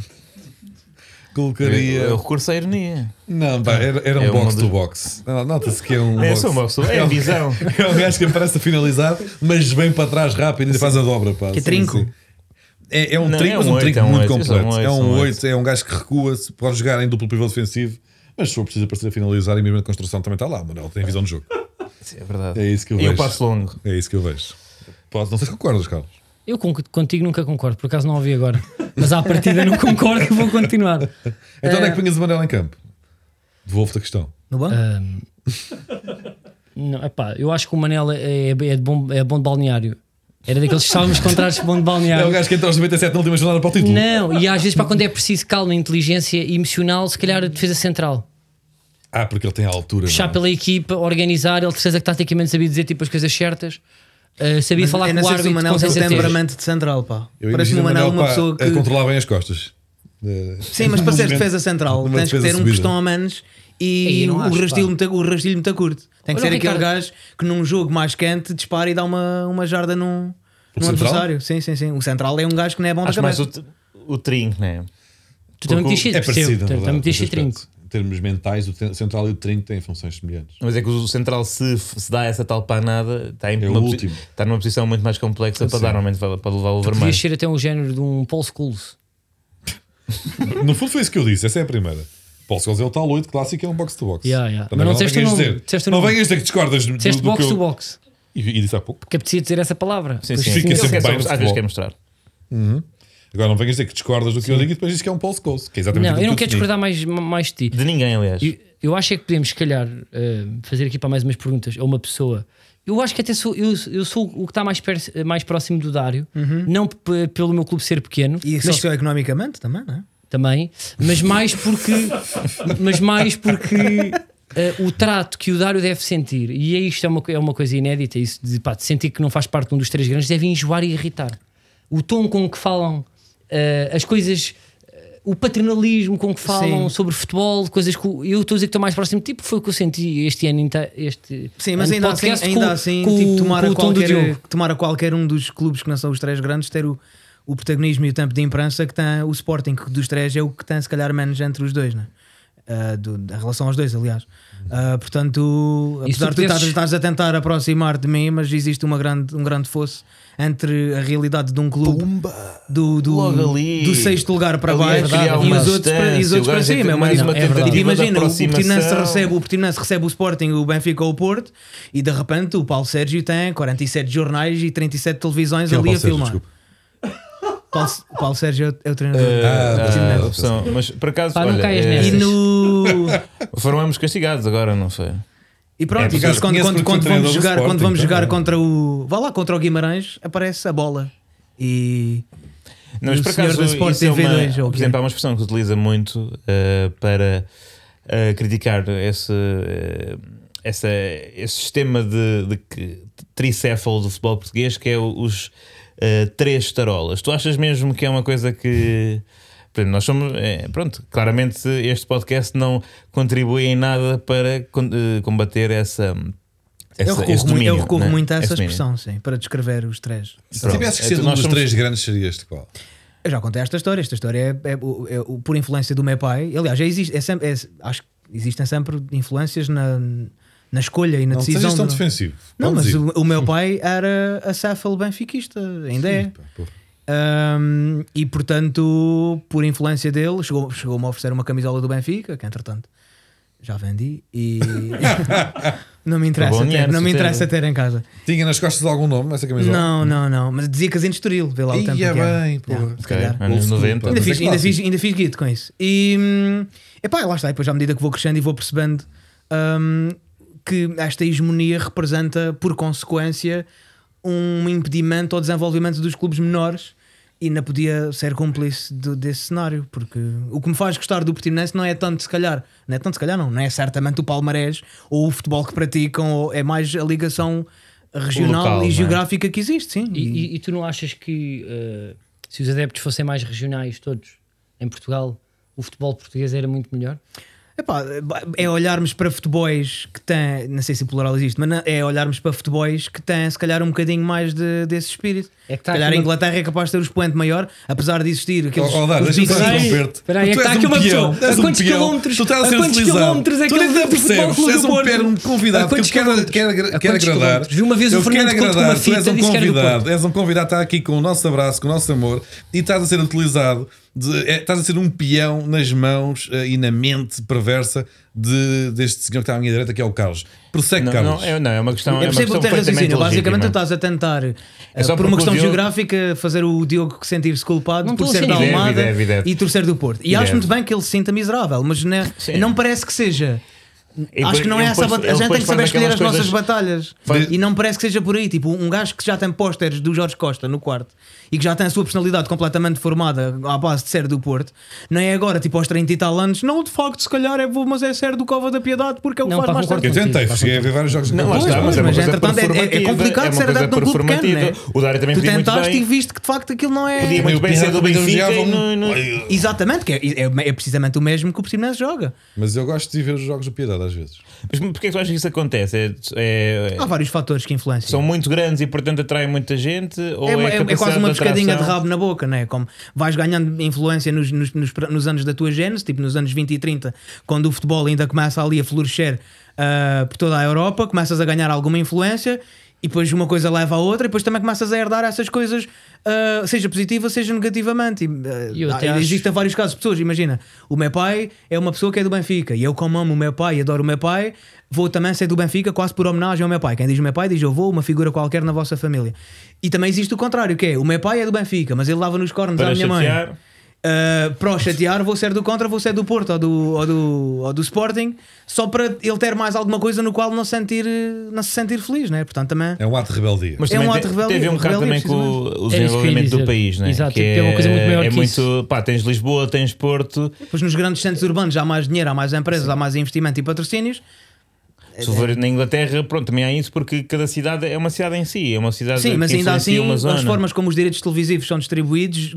Eu, Colocaria. eu recurso à ironia. Não, pá, era, era um É uma box dos- to box. Não, Nota-se que é um. É box. só uma pessoa. É a visão. É um gajo que aparece a finalizar, mas vem para trás rápido e ainda faz a dobra. Pá. Que Sim, trinco. sim. É, é um Não, trinco, é mas um um oito, trinco é um muito oito, isso é um oito, completo. É isso é um um 8, é um gajo que recua-se, pode jogar em duplo pivô defensivo, mas se for preciso aparecer a finalizar e mesmo a construção também está lá, Manuel. Tem visão de jogo. Sim, é verdade. É isso que eu e vejo. o passo longo. É isso que eu vejo. Pode, não sei se concordas, Carlos. Eu con- contigo nunca concordo, por acaso não ouvi agora. Mas à partida não concordo e vou continuar. Então onde é Eh, Ah. que punhas o Manuel em campo? Devolvo-te a questão. No banco? Ahm, não, epá, eu acho que o Manel é, é, é de bom, é bom de balneário. Era daqueles que estávamos contratos de bom de É o balneário. gajo que entra aos 97 na última jornada para o título. Não, e às vezes para quando é preciso calma, inteligência emocional, se calhar a defesa central. Ah, porque ele tem a altura. Puxar não é? pela equipa, organizar, ele de certeza que taticamente sabia dizer tipo as coisas certas, eh, sabia Mas falar é com o nessa que árbitro. o Manel com tem certeza. temperamento de central, pá. Eu imagino Parece-me o Manel uma pá, é pessoa que. a controlar bem as costas. Eh, Sim, mas para ser num defesa central numa tens que defesa ter um subida. pistão a menos Aí e não o acho, rastilho, pá. muito, o rastilho muito curto. Tem que Olha o ser aquele Ricardo. gajo que num jogo mais quente dispara e dá uma, uma jarda num, num central? adversário. Sim, sim, sim. O central é um gajo que não é bom da Acho mais cabeça. o, t- o trinco, né? Tu também Porque metiste É parecido, na também verdade, metiste nesse trinco. aspecto. Em termos mentais, o te- central e o trinco têm funções semelhantes. Mas é que o central, se, f- se dá essa tal panada, está, em É o numa, posi- último. está numa posição muito mais complexa para dar, normalmente, para, para levar o vermelho. Podias ser até um género de um Paul Scholes. No fundo foi isso que eu disse, essa é a primeira. Paulo Scholes é o tal 8 clássico, é um box-to-box. Yeah, yeah. Também Mas não não, disseste o venhas nome, dizer- disseste o não nome. venhas dizer que discordas do, Disseste do box que eu- to box, E, e disse há pouco. porque apetecia dizer essa palavra. Sim, Pois sim. Fica Ele sempre quer bem só- no às vezes futebol. quer mostrar. Agora não venhas dizer que discordas do que eu digo e depois dizes que é um Paulo Scholes. Que é exatamente Não, aquilo eu não que quero discordar mais, mais de ti. De ninguém, aliás. Eu, eu acho é que podemos, se calhar, eh, fazer aqui para mais umas perguntas a uma pessoa. Eu acho que até sou, eu, eu sou o que está mais, per- mais próximo do Dário, não p- pelo meu clube ser pequeno, E mas socioeconomicamente também, não é? também, mas mais porque, mas mais porque eh, o trato que o Dário deve sentir, e é isto é uma, co- é uma coisa inédita, isso de, pá, de sentir que não faz parte de um dos três grandes, deve enjoar e irritar. O tom com que falam, eh, as coisas, eh, o paternalismo com que falam Sim. sobre futebol, coisas que o- eu estou a dizer que estou mais próximo, tipo foi o que eu senti este ano, inte- este Sim, ano mas de ainda assim, podcast ainda com- assim com tipo, o- tomar, com a o tom do Diogo. qualquer, tomar a qualquer um dos clubes que não são os três grandes, ter o, o protagonismo e o tempo de imprensa que tem o Sporting, que dos três é o que tem se calhar menos entre os dois, né? Ah, do- da relação aos dois, aliás. Ah, portanto, E se tu apesar de tu pudesses- estares- estares a tentar aproximar de mim, mas existe uma grande, um grande fosso entre a realidade de um clube do, do, Logo ali. do sexto lugar para Ali é baixo criar e uma os outros para, e os distância, outros o gajo para é cima. ter é uma mais uma diferença. tentativa E de Imagina, o Portinense, aproximação. recebe, o Portinense recebe o Sporting, o Benfica ou o Porto e de repente o Paulo Sérgio tem 47 jornais e 37 televisões Quem é o ali Paulo a Sérgio? filmar. Desculpa. Paulo, Paulo Sérgio é o- é o treinador. Ah, Ah, sim. opção. Mas por acaso, Pá, não olha, caias eh, nessa. e no. foram ambos castigados agora, não foi? E pronto, É, e por acaso quando, conheço quando, porque quando o vamos treinador do jogar, Sporting, quando vamos então, jogar é. contra o. Vá lá contra o Guimarães, aparece a bola. E. Não, mas E o por senhor acaso, do Sport isso é TV uma, dois, ou o por quê? exemplo, há uma expressão que se utiliza muito uh, para uh, criticar esse, uh, essa, esse sistema de, de que- tricéfalo do futebol português, que é o- os uh, três tarolas. Tu achas mesmo que é uma coisa que. por exemplo, Nós somos, é, pronto, claramente este podcast não contribui em nada para con- eh, combater essa. essa eu recorro, esse muito, domínio, eu recorro né? muito a essa Esse domínio. expressão, sim, para descrever os três. Se Pronto. tivesse que Então ser um nós dos somos- três grandes, seria este qual? Eu já contei esta história. Esta história é, é- é- é- por influência do meu pai. Aliás, já existe, é sempre, é- acho que existem sempre influências na, na escolha e na Não decisão. sejas tão do- defensivo. Não, mas Conduzido. o, o meu pai era acéfalo benfiquista, ainda é. Ih, pá, porra. Ahm, e portanto, por influência dele, chegou- chegou-me a oferecer uma camisola do Benfica, que entretanto já vendi e não me interessa, Bom ter, dinheiro, é. não me se interessa ter em casa. Tinha nas costas algum nome essa camisola? Não, não, não. Mas dizia Casino de Estoril, vê lá o Ia tempo. que era. bem, porra. Yeah, se é Ok, calhar. anos Old school, 90. pá. Mas Ainda é fiz, ainda, clássico. fiz, ainda fiz guito com isso. E hum, epá, lá está, e depois à medida que vou crescendo e vou percebendo hum, que esta hegemonia representa, por consequência, um impedimento ao desenvolvimento dos clubes menores e não podia ser cúmplice do- desse cenário, porque o que me faz gostar do Portimonense não é tanto se calhar, não é tanto se calhar não, não é certamente o palmarés ou o futebol que praticam, ou é mais a ligação regional local, não e é? geográfica que existe, sim. E, e- e tu não achas que eh, se os adeptos fossem mais regionais todos em Portugal, o futebol português era muito melhor? Epá, é olharmos para futebois que têm, não sei se o plural existe, mas na- é olharmos para futebois que têm se calhar um bocadinho mais de- desse espírito. É que se tá calhar aqui a uma- Inglaterra é capaz de ter o expoente maior, apesar de existir aqueles. Ó, ó, Dá, os Oh, deixa-me Big só Six. interromper-te. Espera aí, é Tu que és está aqui um uma peão, pessoa. és A um quantos peão, quilómetros- tu estás a a ser quantos deslizado. quilómetros é que Tu nem ele te vem do futebol apercebes, clube és do um Porto? perno A convidado que eu quantos te quero, quilómetros? quero, A quero quantos agradar. quilómetros? Uma vez o eu Fernando quero Couto com uma agradar. Tu és fita um disse que era do convidado, Porto. és um convidado, está aqui com o nosso abraço, com o nosso amor e estás a ser utilizado, de- é, estás a ser um peão nas mãos eh, e na mente perversa de, deste senhor que está à minha direita, que é o Carlos. Prossegue, Não, Carlos. não, é, não, é uma questão. Eu percebo é o uma teu questão raciocínio. completamente Basicamente, tu legítima. estás a tentar, eh, só por uma porque o questão Diogo- geográfica, fazer o Diogo sentir-se culpado Não por estou ser a da É, sentir. Almada Deve, deve, deve. e torcer do Porto. E Deve. acho muito bem que ele se sinta miserável, mas não, é, Sim. não parece que seja. E Acho depois- que não e é essa a depois- batalha. A ele gente tem depois que saber faz escolher as um aquelas nossas coisas- batalhas. Faz- E não parece que seja por aí. Tipo, um gajo que já tem pósteres do Jorge Costa no quarto e que já tem a sua personalidade completamente formada à base de ser do Porto, não é agora, tipo, aos 30 e tal anos, não, de facto, se calhar é vou, mas é ser do Cova da Piedade porque é o que Não, faz pá, mais concordo. Eu sentido. tentei, cheguei a ver vários jogos de Não, lá campo. Pois, está, pois, mas é uma mas coisa entretanto é- é- é performativa, complicado uma ser coisa adepto de um clube pequeno, performativa. não O Dário também Tu podia muito tentaste bem. e viste que de facto aquilo não é. Podia muito bem ser do Benfica e não- não- Exatamente, que é, é- é precisamente o mesmo que o Portimonense joga. Mas eu gosto de ver os jogos do Piedade às vezes. Mas porquê é que tu achas que isso acontece? É- é- Há vários fatores que influenciam. são muito grandes e portanto atraem muita gente? Ou É, é, uma- é- é capacidade quase uma pescadinha de atração? rabo na boca, não é? Como vais ganhando influência nos, nos- nos- nos anos da tua gênese, tipo nos anos 20 e 30, quando o futebol ainda começa ali a florescer ah, por toda a Europa, começas a ganhar alguma influência e depois uma coisa leva à outra e depois também começas a herdar essas coisas, ah, seja positiva, seja negativamente. E, ah, E eu até há- acho- existem vários casos de pessoas, imagina, o meu pai é uma pessoa que é do Benfica e eu como amo o meu pai e adoro o meu pai, vou também ser do Benfica quase por homenagem ao meu pai. Quem diz o meu pai diz eu vou, uma figura qualquer na vossa família. E também existe o contrário, que é, o meu pai é do Benfica, mas ele lava nos cornos Para à minha chatear. mãe. Uh, para o chatear, vou ser do contra, vou ser do Porto ou do, ou do, ou do Sporting, só para ele ter mais alguma coisa no qual não, se sentir, não se sentir feliz, né? Portanto, também É um ato de rebeldia. Mas É também um te- ato de rebeldia- teve um bocado também rebeldia, com o Era isso o que eu ia desenvolvimento do dizer. país, né? Exato, que é uma coisa muito maior é que muito, isso. Pá, tens Lisboa, tens Porto, depois nos grandes centros urbanos há mais dinheiro, há mais empresas, há mais investimento e patrocínios. É, se for na Inglaterra, pronto, também há isso porque cada cidade é uma cidade em si, é uma cidade Sim, mas que ainda influencia assim, uma as zona. formas como os direitos televisivos são distribuídos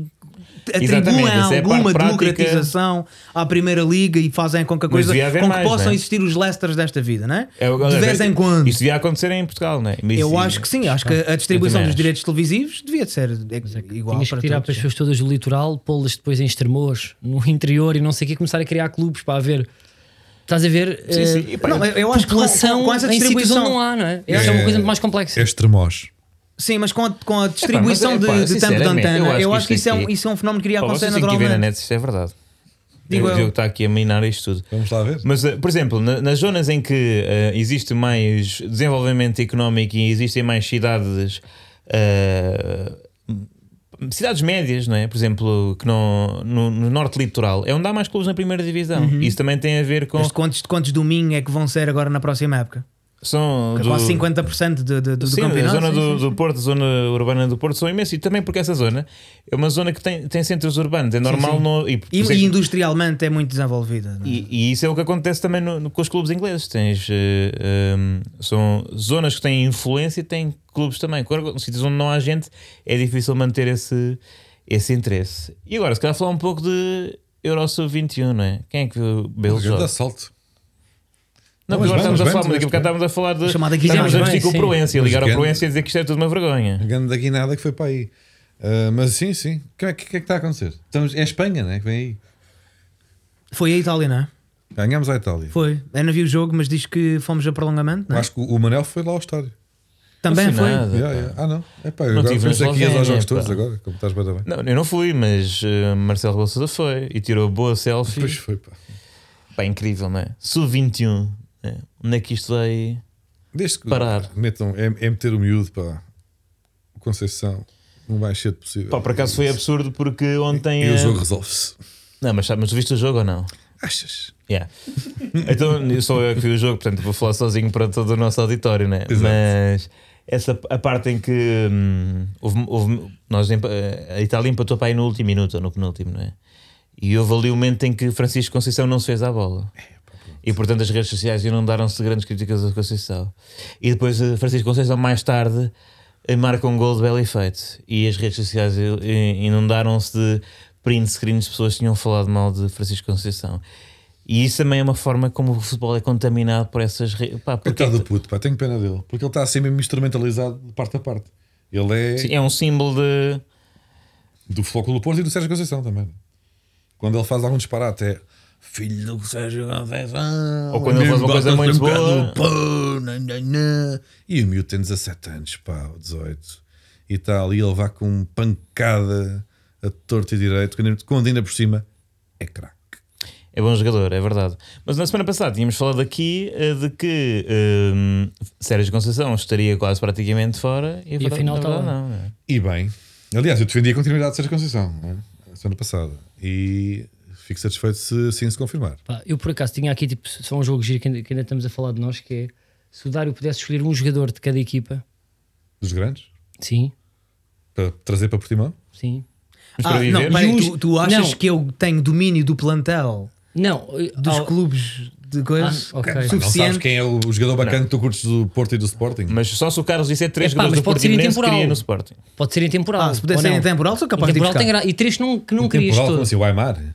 atribuem Exatamente, essa é a alguma parte prática. democratização à Primeira Liga e fazem com que a coisa devia haver com que mais, possam não é? existir os Lesters desta vida, não é? É o- de vez em quando. Isto devia acontecer em Portugal, não é? Mas eu isso- acho que sim, acho que a distribuição também dos acho. direitos televisivos devia de ser igual Tinhas é que para tirar todos. né? pessoas todas do litoral, pô-las depois em extremoas, no interior e não sei o que, começar a criar clubes para haver. Estás a ver? Sim, eh, sim. E pá, Não, eu acho que com, população com, com essa em sítios distribuição onde não há, não é? É, uma coisa mais complexa. É extremós. Sim, mas com a, com a distribuição mas é, pá, de, de tempo de sinceramente, antena, eu acho, que isso, é um, aqui- isso é um fenómeno que iria Pá, acontecer vocês têm que ver na naturalmente. net se isto é verdade. Digo Digo eu. eu. está aqui a minar isto tudo. Vamos lá ver. Mas, eh, por exemplo, na- nas zonas em que eh, existe mais desenvolvimento económico e existem mais cidades. eh, Cidades médias, não é? Por exemplo, que no, no, no norte litoral é onde há mais clubes na primeira divisão. Isso também tem a ver com. Uhum. Mas quantos, quantos domingo é que vão ser agora na próxima época? São do- Quase 50% de, de, do- do Sim, a campeonato. zona sim, do, sim, sim. do Porto, zona urbana do Porto, são imensos. E também porque essa zona é uma zona que tem, tem centros urbanos. É normal. sim. não- e, E, por e exemplo, industrialmente é muito desenvolvida. não é? E, e isso é o que acontece também no- no- com os clubes ingleses. Tens, eh, ehm, são zonas que têm influência e têm clubes também. Agora, nos sítios onde não há gente, é difícil manter esse, esse interesse. E agora, se calhar, falar um pouco de Euro Sub-21, não é? Quem é que viu bem os Grande jogos? assalto. Não, Não, mas porque agora bem, estamos a mas falar, bem, mas daqui a mas bem. bocado estávamos a falar de. Chamada aqui Estávamos já, a mas bem, discutir com o sim. Proença, ligar ao Mas Proença e dizer que isto é tudo uma vergonha. Grande daqui nada que foi para aí. Ah, mas sim, sim. O que, é que que é que está a acontecer? Estamos, é a Espanha, né? Que vem aí. Foi a Itália, não é? Ganhamos a Itália. Foi. Eu não vi o jogo, mas diz que fomos a prolongamento, não é? Acho que o Manel foi lá ao estádio. Também Não é? sei foi. nada, Yeah, pá. yeah. Ah, não. Epá, eu Não agora tive fui na aqui aos Eslovénia, jogos pá. todos agora, como estás bem, bem. Não, eu não fui, mas eh, Marcelo Rebelo foi e tirou boa selfie. Pois foi, pá. Pá, incrível, não é? Sub-21. né? Onde é que isto vai. Desde que Parar. metam, é, é meter o miúdo para o Conceição o mais cedo possível. Pá, por acaso foi absurdo porque ontem. E o eh, jogo resolve-se. Não, mas, sabe- mas tu viste o jogo ou não? Achas? Yeah. então eu sou eu que vi o jogo, portanto vou falar sozinho para todo o nosso auditório, né? Exato. Mas essa a parte em que hum, houve, houve- nós, empa- a Itália empatou para aí no último minuto ou no penúltimo, não é? E houve ali o momento em que Francisco Conceição não se fez à bola. E portanto as redes sociais inundaram-se de grandes críticas a Conceição. E depois eh, Francisco Conceição, mais tarde, eh, marca um gol de belo efeito. E as redes sociais eh, inundaram-se de print screens de pessoas que tinham falado mal de Francisco Conceição. E isso também é uma forma como o futebol é contaminado por essas redes. Coitado do puto, pá, tenho pena dele. Porque ele está assim mesmo instrumentalizado de parte a parte. Ele é é um símbolo de. do Flóculo do Porto e do Sérgio Conceição também. Quando ele faz algum disparate é filho do Sérgio Conceição. Ou quando ele faz uma coisa Gosta muito de um bocado boa. do pão, nã, nã, nã. E o miúdo tem 17 anos, pá, ou 18. E está ali, ele vai com pancada a torto e direito, quando- quando ainda por cima é craque. É bom jogador, é verdade. Mas na semana passada tínhamos falado aqui eh, de que hum, Sérgio Conceição estaria quase praticamente fora e, verdade- afinal na está verdade lá. não, não é? E bem, aliás, eu defendi a continuidade de Sérgio Conceição né, a semana passada e fico satisfeito se assim se confirmar. Pá, eu por acaso tinha aqui tipo, só um jogo giro que ainda, que ainda estamos a falar de nós, que é se o Dário pudesse escolher um jogador de cada equipa, Dos grandes, sim, para trazer para Portimão. sim. Mas para Ah, não, viver- peraí, Justo. tu, tu achas Não. que eu tenho domínio do plantel Não, dos ao- clubes de coisas Ah, ok. Pá, Não sabes suficiente? quem é o jogador bacana que tu curtes do Porto e do Sporting? Mas só se o Carlos disser três Epá, jogadores mas do pode Porto ser Inense intemporal. queria no Sporting. pode ser em temporal. Ah, se pudesse ou ser não. em temporal, sou capaz de ir Intemporal tem buscar. gra- E três que não, que não querias Temporal, como todos, assim, o Aymar?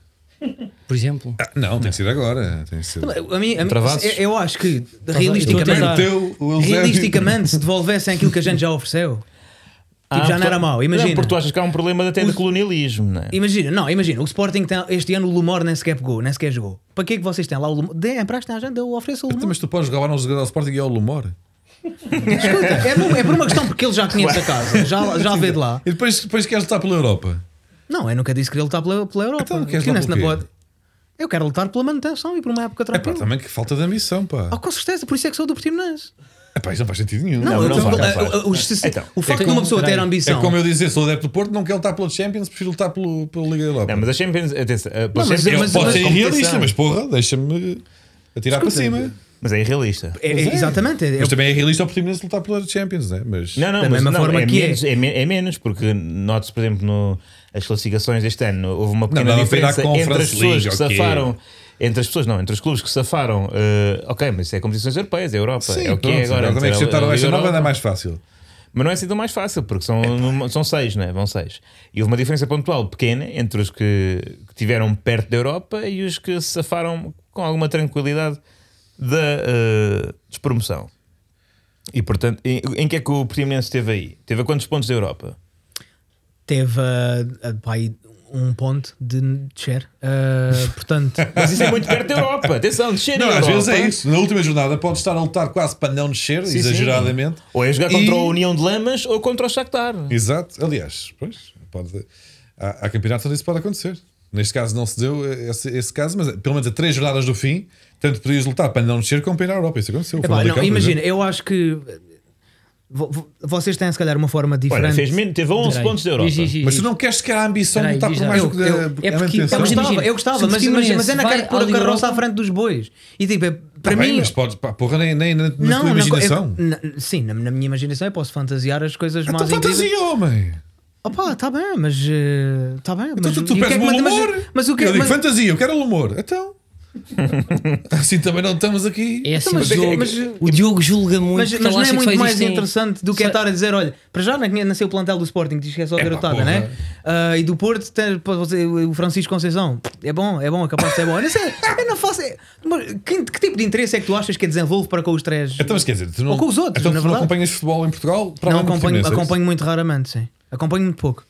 por exemplo. Ah, não, tem que ser agora. Tem que ser. A mim, a mim- Travassos. eu, eu acho que a- estou a realisticamente, tentar. Teu, o Eusébio- realisticamente, se devolvessem aquilo que a gente já ofereceu, tipo, já não era mau. Imagina, Ah, então- Não, porque tu achas que há um problema até de Os- colonialismo, não é? imagina, não, imagina, o Sporting tem, este ano o Lumor nem sequer pegou, nem sequer jogou. Para que é que vocês têm lá o Lumor? Deem, emprestem à gente, eu ofereço o Então, Lumor. Mas tu podes jogar lá no jogador do Sporting e ao Lumor. Escuta, é, por- é por uma questão porque ele já conhece a casa, já, já vê de lá. E depois, depois queres lutar pela Europa. Não, eu nunca disse que ele lutar pela, pela Europa. Então, queres Que nem se lutar não pelo quê? pode. Eu quero lutar pela manutenção e por uma época É pá, tranquila. também que falta de ambição, pá. Ah, com certeza, por isso é que sou do Portimonense. É pá, isso não faz sentido nenhum. Não, eu- não eu- faz, não eu- faz. eu- os- Então, o facto é de uma como- pessoa ter peraí, é É ambição. como eu dizer, sou adepto do Porto, não quero lutar pela Champions, prefiro lutar pelo, pela Liga Europa. Não, É, mas a Champions. Atenção, a- Não, mas- a Champions mas- é uma Pode ser competição. irrealista, mas porra, deixa-me atirar para cima. Mas é irrealista. É- é- exatamente. é- Mas também é realista o Portimonense lutar pela Champions, né? Mas Não, não, Da mas mesma não, forma é, que é. menos, é. me- é menos, porque note-se, por exemplo, no, as classificações deste ano, houve uma pequena dava para ir à diferença entre as Conference pessoas League, que ok. safaram. Entre as pessoas, não, entre os clubes que safaram, eh, ok, mas isso é competições europeias, é Europa, sim, é o que pronto, é agora. agora também entre a- acrescentar a esta Liga nova ainda é Europa. mais fácil. Mas não é assim tão mais fácil, porque são, numa- são seis, não é? Vão seis. E houve uma diferença pontual pequena entre os que, que tiveram perto da Europa e os que se safaram com alguma tranquilidade da eh, despromoção. E portanto, em, em que é que o Portimonense esteve aí? Teve a quantos pontos da Europa? Teve ah, ah, pá, aí um ponto de descer. Ah, portanto, Mas isso é muito perto da Europa, atenção, descer Não, a às Europa. vezes é isso. Na última jornada pode estar a lutar quase para não descer, Sim, sim. exageradamente. Ou é jogar E- contra a União de Lamas ou contra o Shakhtar. Exato. Aliás, pois, pode, há, há campeonatos onde isso pode acontecer. Neste caso não se deu eh, esse, esse caso, mas eh, pelo menos a três jornadas do fim, tanto podias lutar para não descer como para ir à Europa. Isso aconteceu. Foi Epá, o não, Mundial, por imagina, exemplo. eu acho que eh, vo- vo- vocês têm se calhar uma forma diferente. Olha, fez menos, teve 11 Peraí. pontos da Europa. Diz, diz, diz, Mas tu diz. não queres que a ambição Peraí, está diz por lá. mais Eu- do que eu- a- é a porque- manutenção. Eu Mas gostava, imagina, eu gostava, se o mas, mas, Portimonense mas é na vai cara de pôr à a Liga carroça à Europa- frente dos bois. E tipo, é- para Tá bem, mim. mas podes, pá, porra, nem, nem na, na não, é tua não, imaginação. eu- na- sim, na, na minha imaginação eu posso fantasiar as coisas Então mais incríveis. fantasia, homem! Opa, está bem, mas. Está bem. Então mas, tu, tu e o que pedes é que- bom mas- humor! Mas, mas o que é eu digo mas- fantasia, eu quero o humor. Então. assim também não estamos aqui. É assim, Então, o, mas- Diogo, mas- o Diogo julga muito. Mas, porque ele mas não é acha que muito só mais existem- interessante do que é só- estar a dizer, olha, para já não nasceu o plantel do Sporting, diz que é só garotada, porra. né? Ah, e do Porto, tem, pode dizer, o Francisco Conceição, é bom, é bom, é capaz de ser bom. Eu não sei, eu não faço. é- mas que, que tipo de interesse é que tu achas que desenvolve para com os três? Então, mas quer dizer, tu não, Ou com os outros, então, na tu não verdade. acompanhas futebol em Portugal? Para não, além do acompanho, Portimonense, é isso? acompanho muito raramente, sim. Acompanho muito pouco.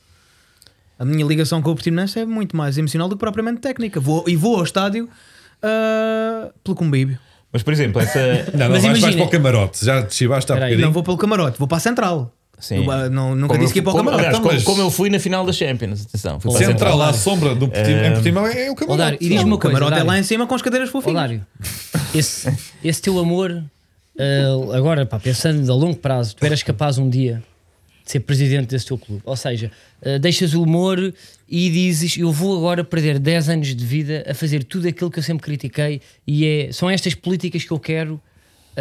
A minha ligação com o Portimonense é muito mais emocional do que propriamente técnica. Vou, e vou ao estádio ah, pelo convívio. Mas, por exemplo, essa, Não, não Mas vais, vais imagina- para o camarote, já te chibaste há Espera aí, bocadinho. Não vou pelo camarote, vou para a central. Sim. Eu, ah, não- nunca Como disse que eu- ia para o como- camarote. aliás, Então, como- mas- como eu fui na final da Champions, atenção, fui para a Central à sombra do Portim, Ehm, em Portimão é, é o camarote. Dário, e Não, diz-me O camarote Dário. é lá em cima com as cadeiras Ó, fofinhas. Dário, esse, esse teu amor, eh, agora pá, pensando a longo prazo, tu eras capaz um dia de ser presidente desse teu clube. Ou seja, eh, deixas o humor e dizes: Eu vou agora perder 10 anos de vida a fazer tudo aquilo que eu sempre critiquei e é, são estas políticas que eu quero.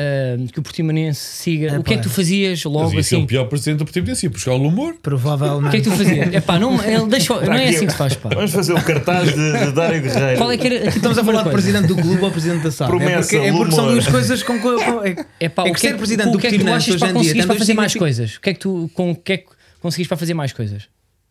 eh, que o Portimonense siga. É, o que é pá. que tu fazias mas logo ia ser assim? o pior presidente do Portimonense, ia buscar o humor. O que é que Provavelmente. tu fazias? Epá, não, eh, deixa, não é assim que se faz, pá. Vamos fazer o cartaz de, de Dário Guerreiro. Qual é que era? Estamos a falar de presidente do clube ou presidente da SAD. é Promessa, porque, é porque são humor. duas coisas com. com, com é, É pá, é o que que é ser que- presidente do o que é que tu Portimonense achas hoje para em dia assim conseguir para tem dois fazer mais significados. coisas? O que é que tu com o que é que conseguiste para fazer mais coisas?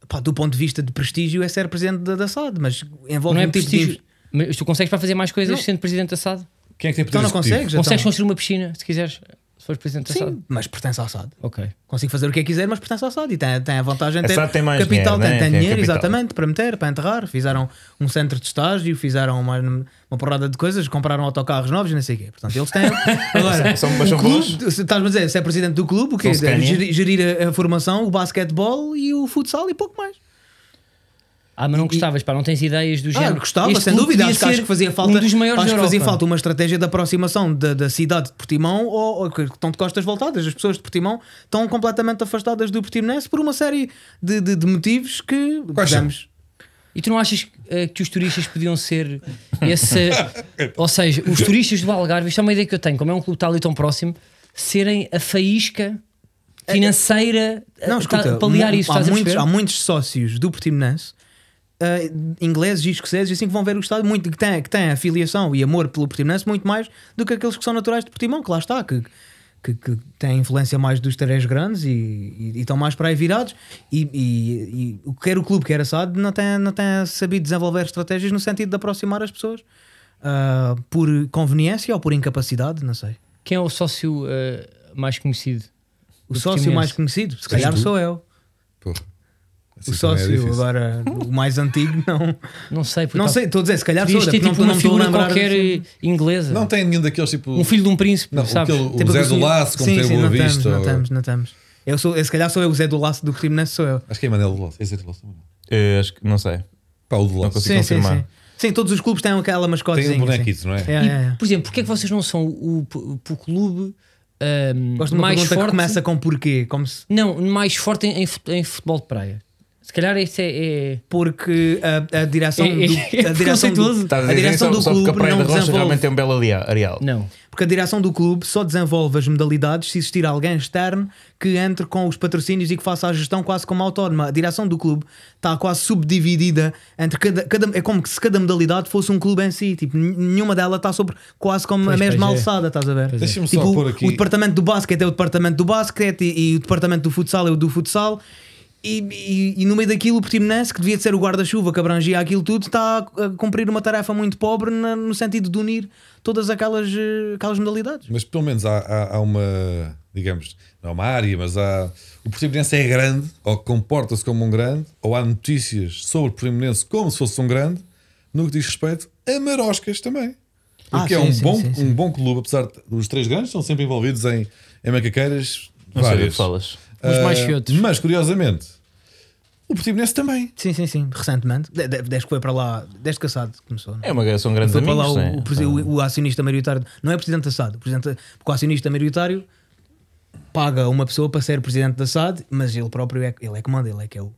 Pá, do ponto de vista de prestígio é ser presidente da, da SAD, mas envolve Não é um tipo prestígio. de. Mas tu consegues para fazer mais coisas Não. sendo presidente da SAD? Quem é que tem Então poder não executivo? consegues? Consegues então. construir uma piscina se quiseres, se fores presidente da SAD? Sim, mas pertence à SAD. Ok. Consigo fazer o que é quiser, mas pertence à SAD e tem, tem a vantagem de A ter SAD tem mais capital, dinheiro, tem, né? tem Tem dinheiro, capital. exatamente, para meter, para enterrar. Fizeram um centro de estágio, fizeram uma, uma porrada de coisas, compraram autocarros novos e não sei o quê. Portanto, eles têm. Agora, São- são- mas são o bons? clube, se estás-me a dizer, se é presidente do clube, o quê? São Scania? Gerir, gerir a, a formação, o basquetebol e o futsal e pouco mais. Ah, mas não gostavas, pá, não tens ideias do Ah, género. gostava, Este sem clube dúvida. podia Acho que, acho ser que fazia falta, Um dos maiores acho da que fazia Europa. falta uma estratégia de aproximação da, da cidade de Portimão ou, ou que estão de costas voltadas. As pessoas de Portimão estão completamente afastadas do Portimonense por uma série de, de, de motivos que Quais são? digamos, E tu não achas eh, que os turistas podiam ser esse. ou seja, os turistas do Algarve, isto é uma ideia que eu tenho, como é um clube tal e tão próximo, serem a faísca financeira Não, eh, escuta, tá- paliar mu- isso, há, estás a muitos, perceber? há muitos sócios do Portimonense, ah, ingleses e escoceses, e assim que vão ver o Estado, muito, que, têm, que têm afiliação e amor pelo Portimonense, muito mais do que aqueles que são naturais de Portimão, que lá está, que, que, que têm influência mais dos três grandes e, e- e estão mais para aí virados. E, e, e o- quer o clube, quer a SAD, não tem, não tem sabido desenvolver estratégias no sentido de aproximar as pessoas. ah, por conveniência ou por incapacidade, não sei. Quem é o sócio eh, mais conhecido? O Do sócio mais Portimonense. conhecido, se calhar tu? sou eu. Porra. Assim O também é sócio, difícil. agora o mais antigo, não. Não sei, porque Não sei, estou a dizer, se calhar sou, Podias ter porque não, tipo não uma me estou a figura lembrar qualquer eh, assim. inglesa. Não tem nenhum daqueles tipo. um filho de um príncipe, Não, sabes? aquele- o Tipo Zé aquele do senhor- Laço, como Sim, tem o sim, Boa não estamos, Vista. Não ou- estamos, não estamos. Eu sou, eu, se calhar sou eu, o Zé do Laço do Portimonense sou eu. Acho que é Manel do Laço. É Zé do Laço também. Eh, acho que não sei. Pá, o do Não Laço. consigo Sim, sim, confirmar. sim. Sim, todos os clubes têm aquela mascotezinha. Tem um sim. bonequito, não é? É, é, E, é. Por exemplo, porque é que vocês não são o, o, o clube ahm, Gosto de uma mais pergunta forte? que começa com porquê, como se... Não, mais forte em, em fut- em futebol de praia. Se calhar isso é. é- Porque a, a direção É, é, do, é a direção preconceituoso. do, Estás Tá, a a dizer direção só, do só porque a clube Praia não da Rocha desenvolve realmente é um belo alia- areal. Não. Porque Porque a direção do clube só desenvolve as modalidades se existir alguém externo que entre com os patrocínios e que faça a gestão quase como autónoma. A direção do clube está quase subdividida entre cada, cada. É como que se cada modalidade fosse um clube em si. Tipo, nen- nenhuma delas está sobre quase como Pois, a mesma pois é. alçada, estás a ver? Pois é. Deixa-me só Tipo, pôr o aqui. departamento do basquete é o departamento do basquete e, e o departamento do futsal é o do futsal. E, e- e no meio daquilo, o Portimonense, que devia de ser o guarda-chuva que abrangia aquilo tudo, está a a cumprir uma tarefa muito pobre na- no sentido de unir todas aquelas, eh, aquelas modalidades. Mas pelo menos há, há- há uma, digamos, não é uma área, mas há. O Portimonense é grande, ou comporta-se como um grande, ou há notícias sobre o Portimonense como se fosse um grande, no que diz respeito a Maroscas também. Ah, Porque é sim, um, sim, bom, sim, sim. um bom clube, apesar de os três grandes estão sempre envolvidos em, em macaqueiras. Não sei do que várias. falas. Uns mais Ah, que outros. Mas curiosamente, o Portimonense também. Sim, sim, sim, recentemente. De- de- Desde que foi para lá, desde que assado começou. não é? É uma, são grandes Foi para lá amigos, o, né? o presi- o- o acionista maioritário. Não é presidente da SAD, o presidente, porque o acionista maioritário paga uma pessoa para ser presidente da SAD, mas ele próprio é, ele é que manda, ele é que é o.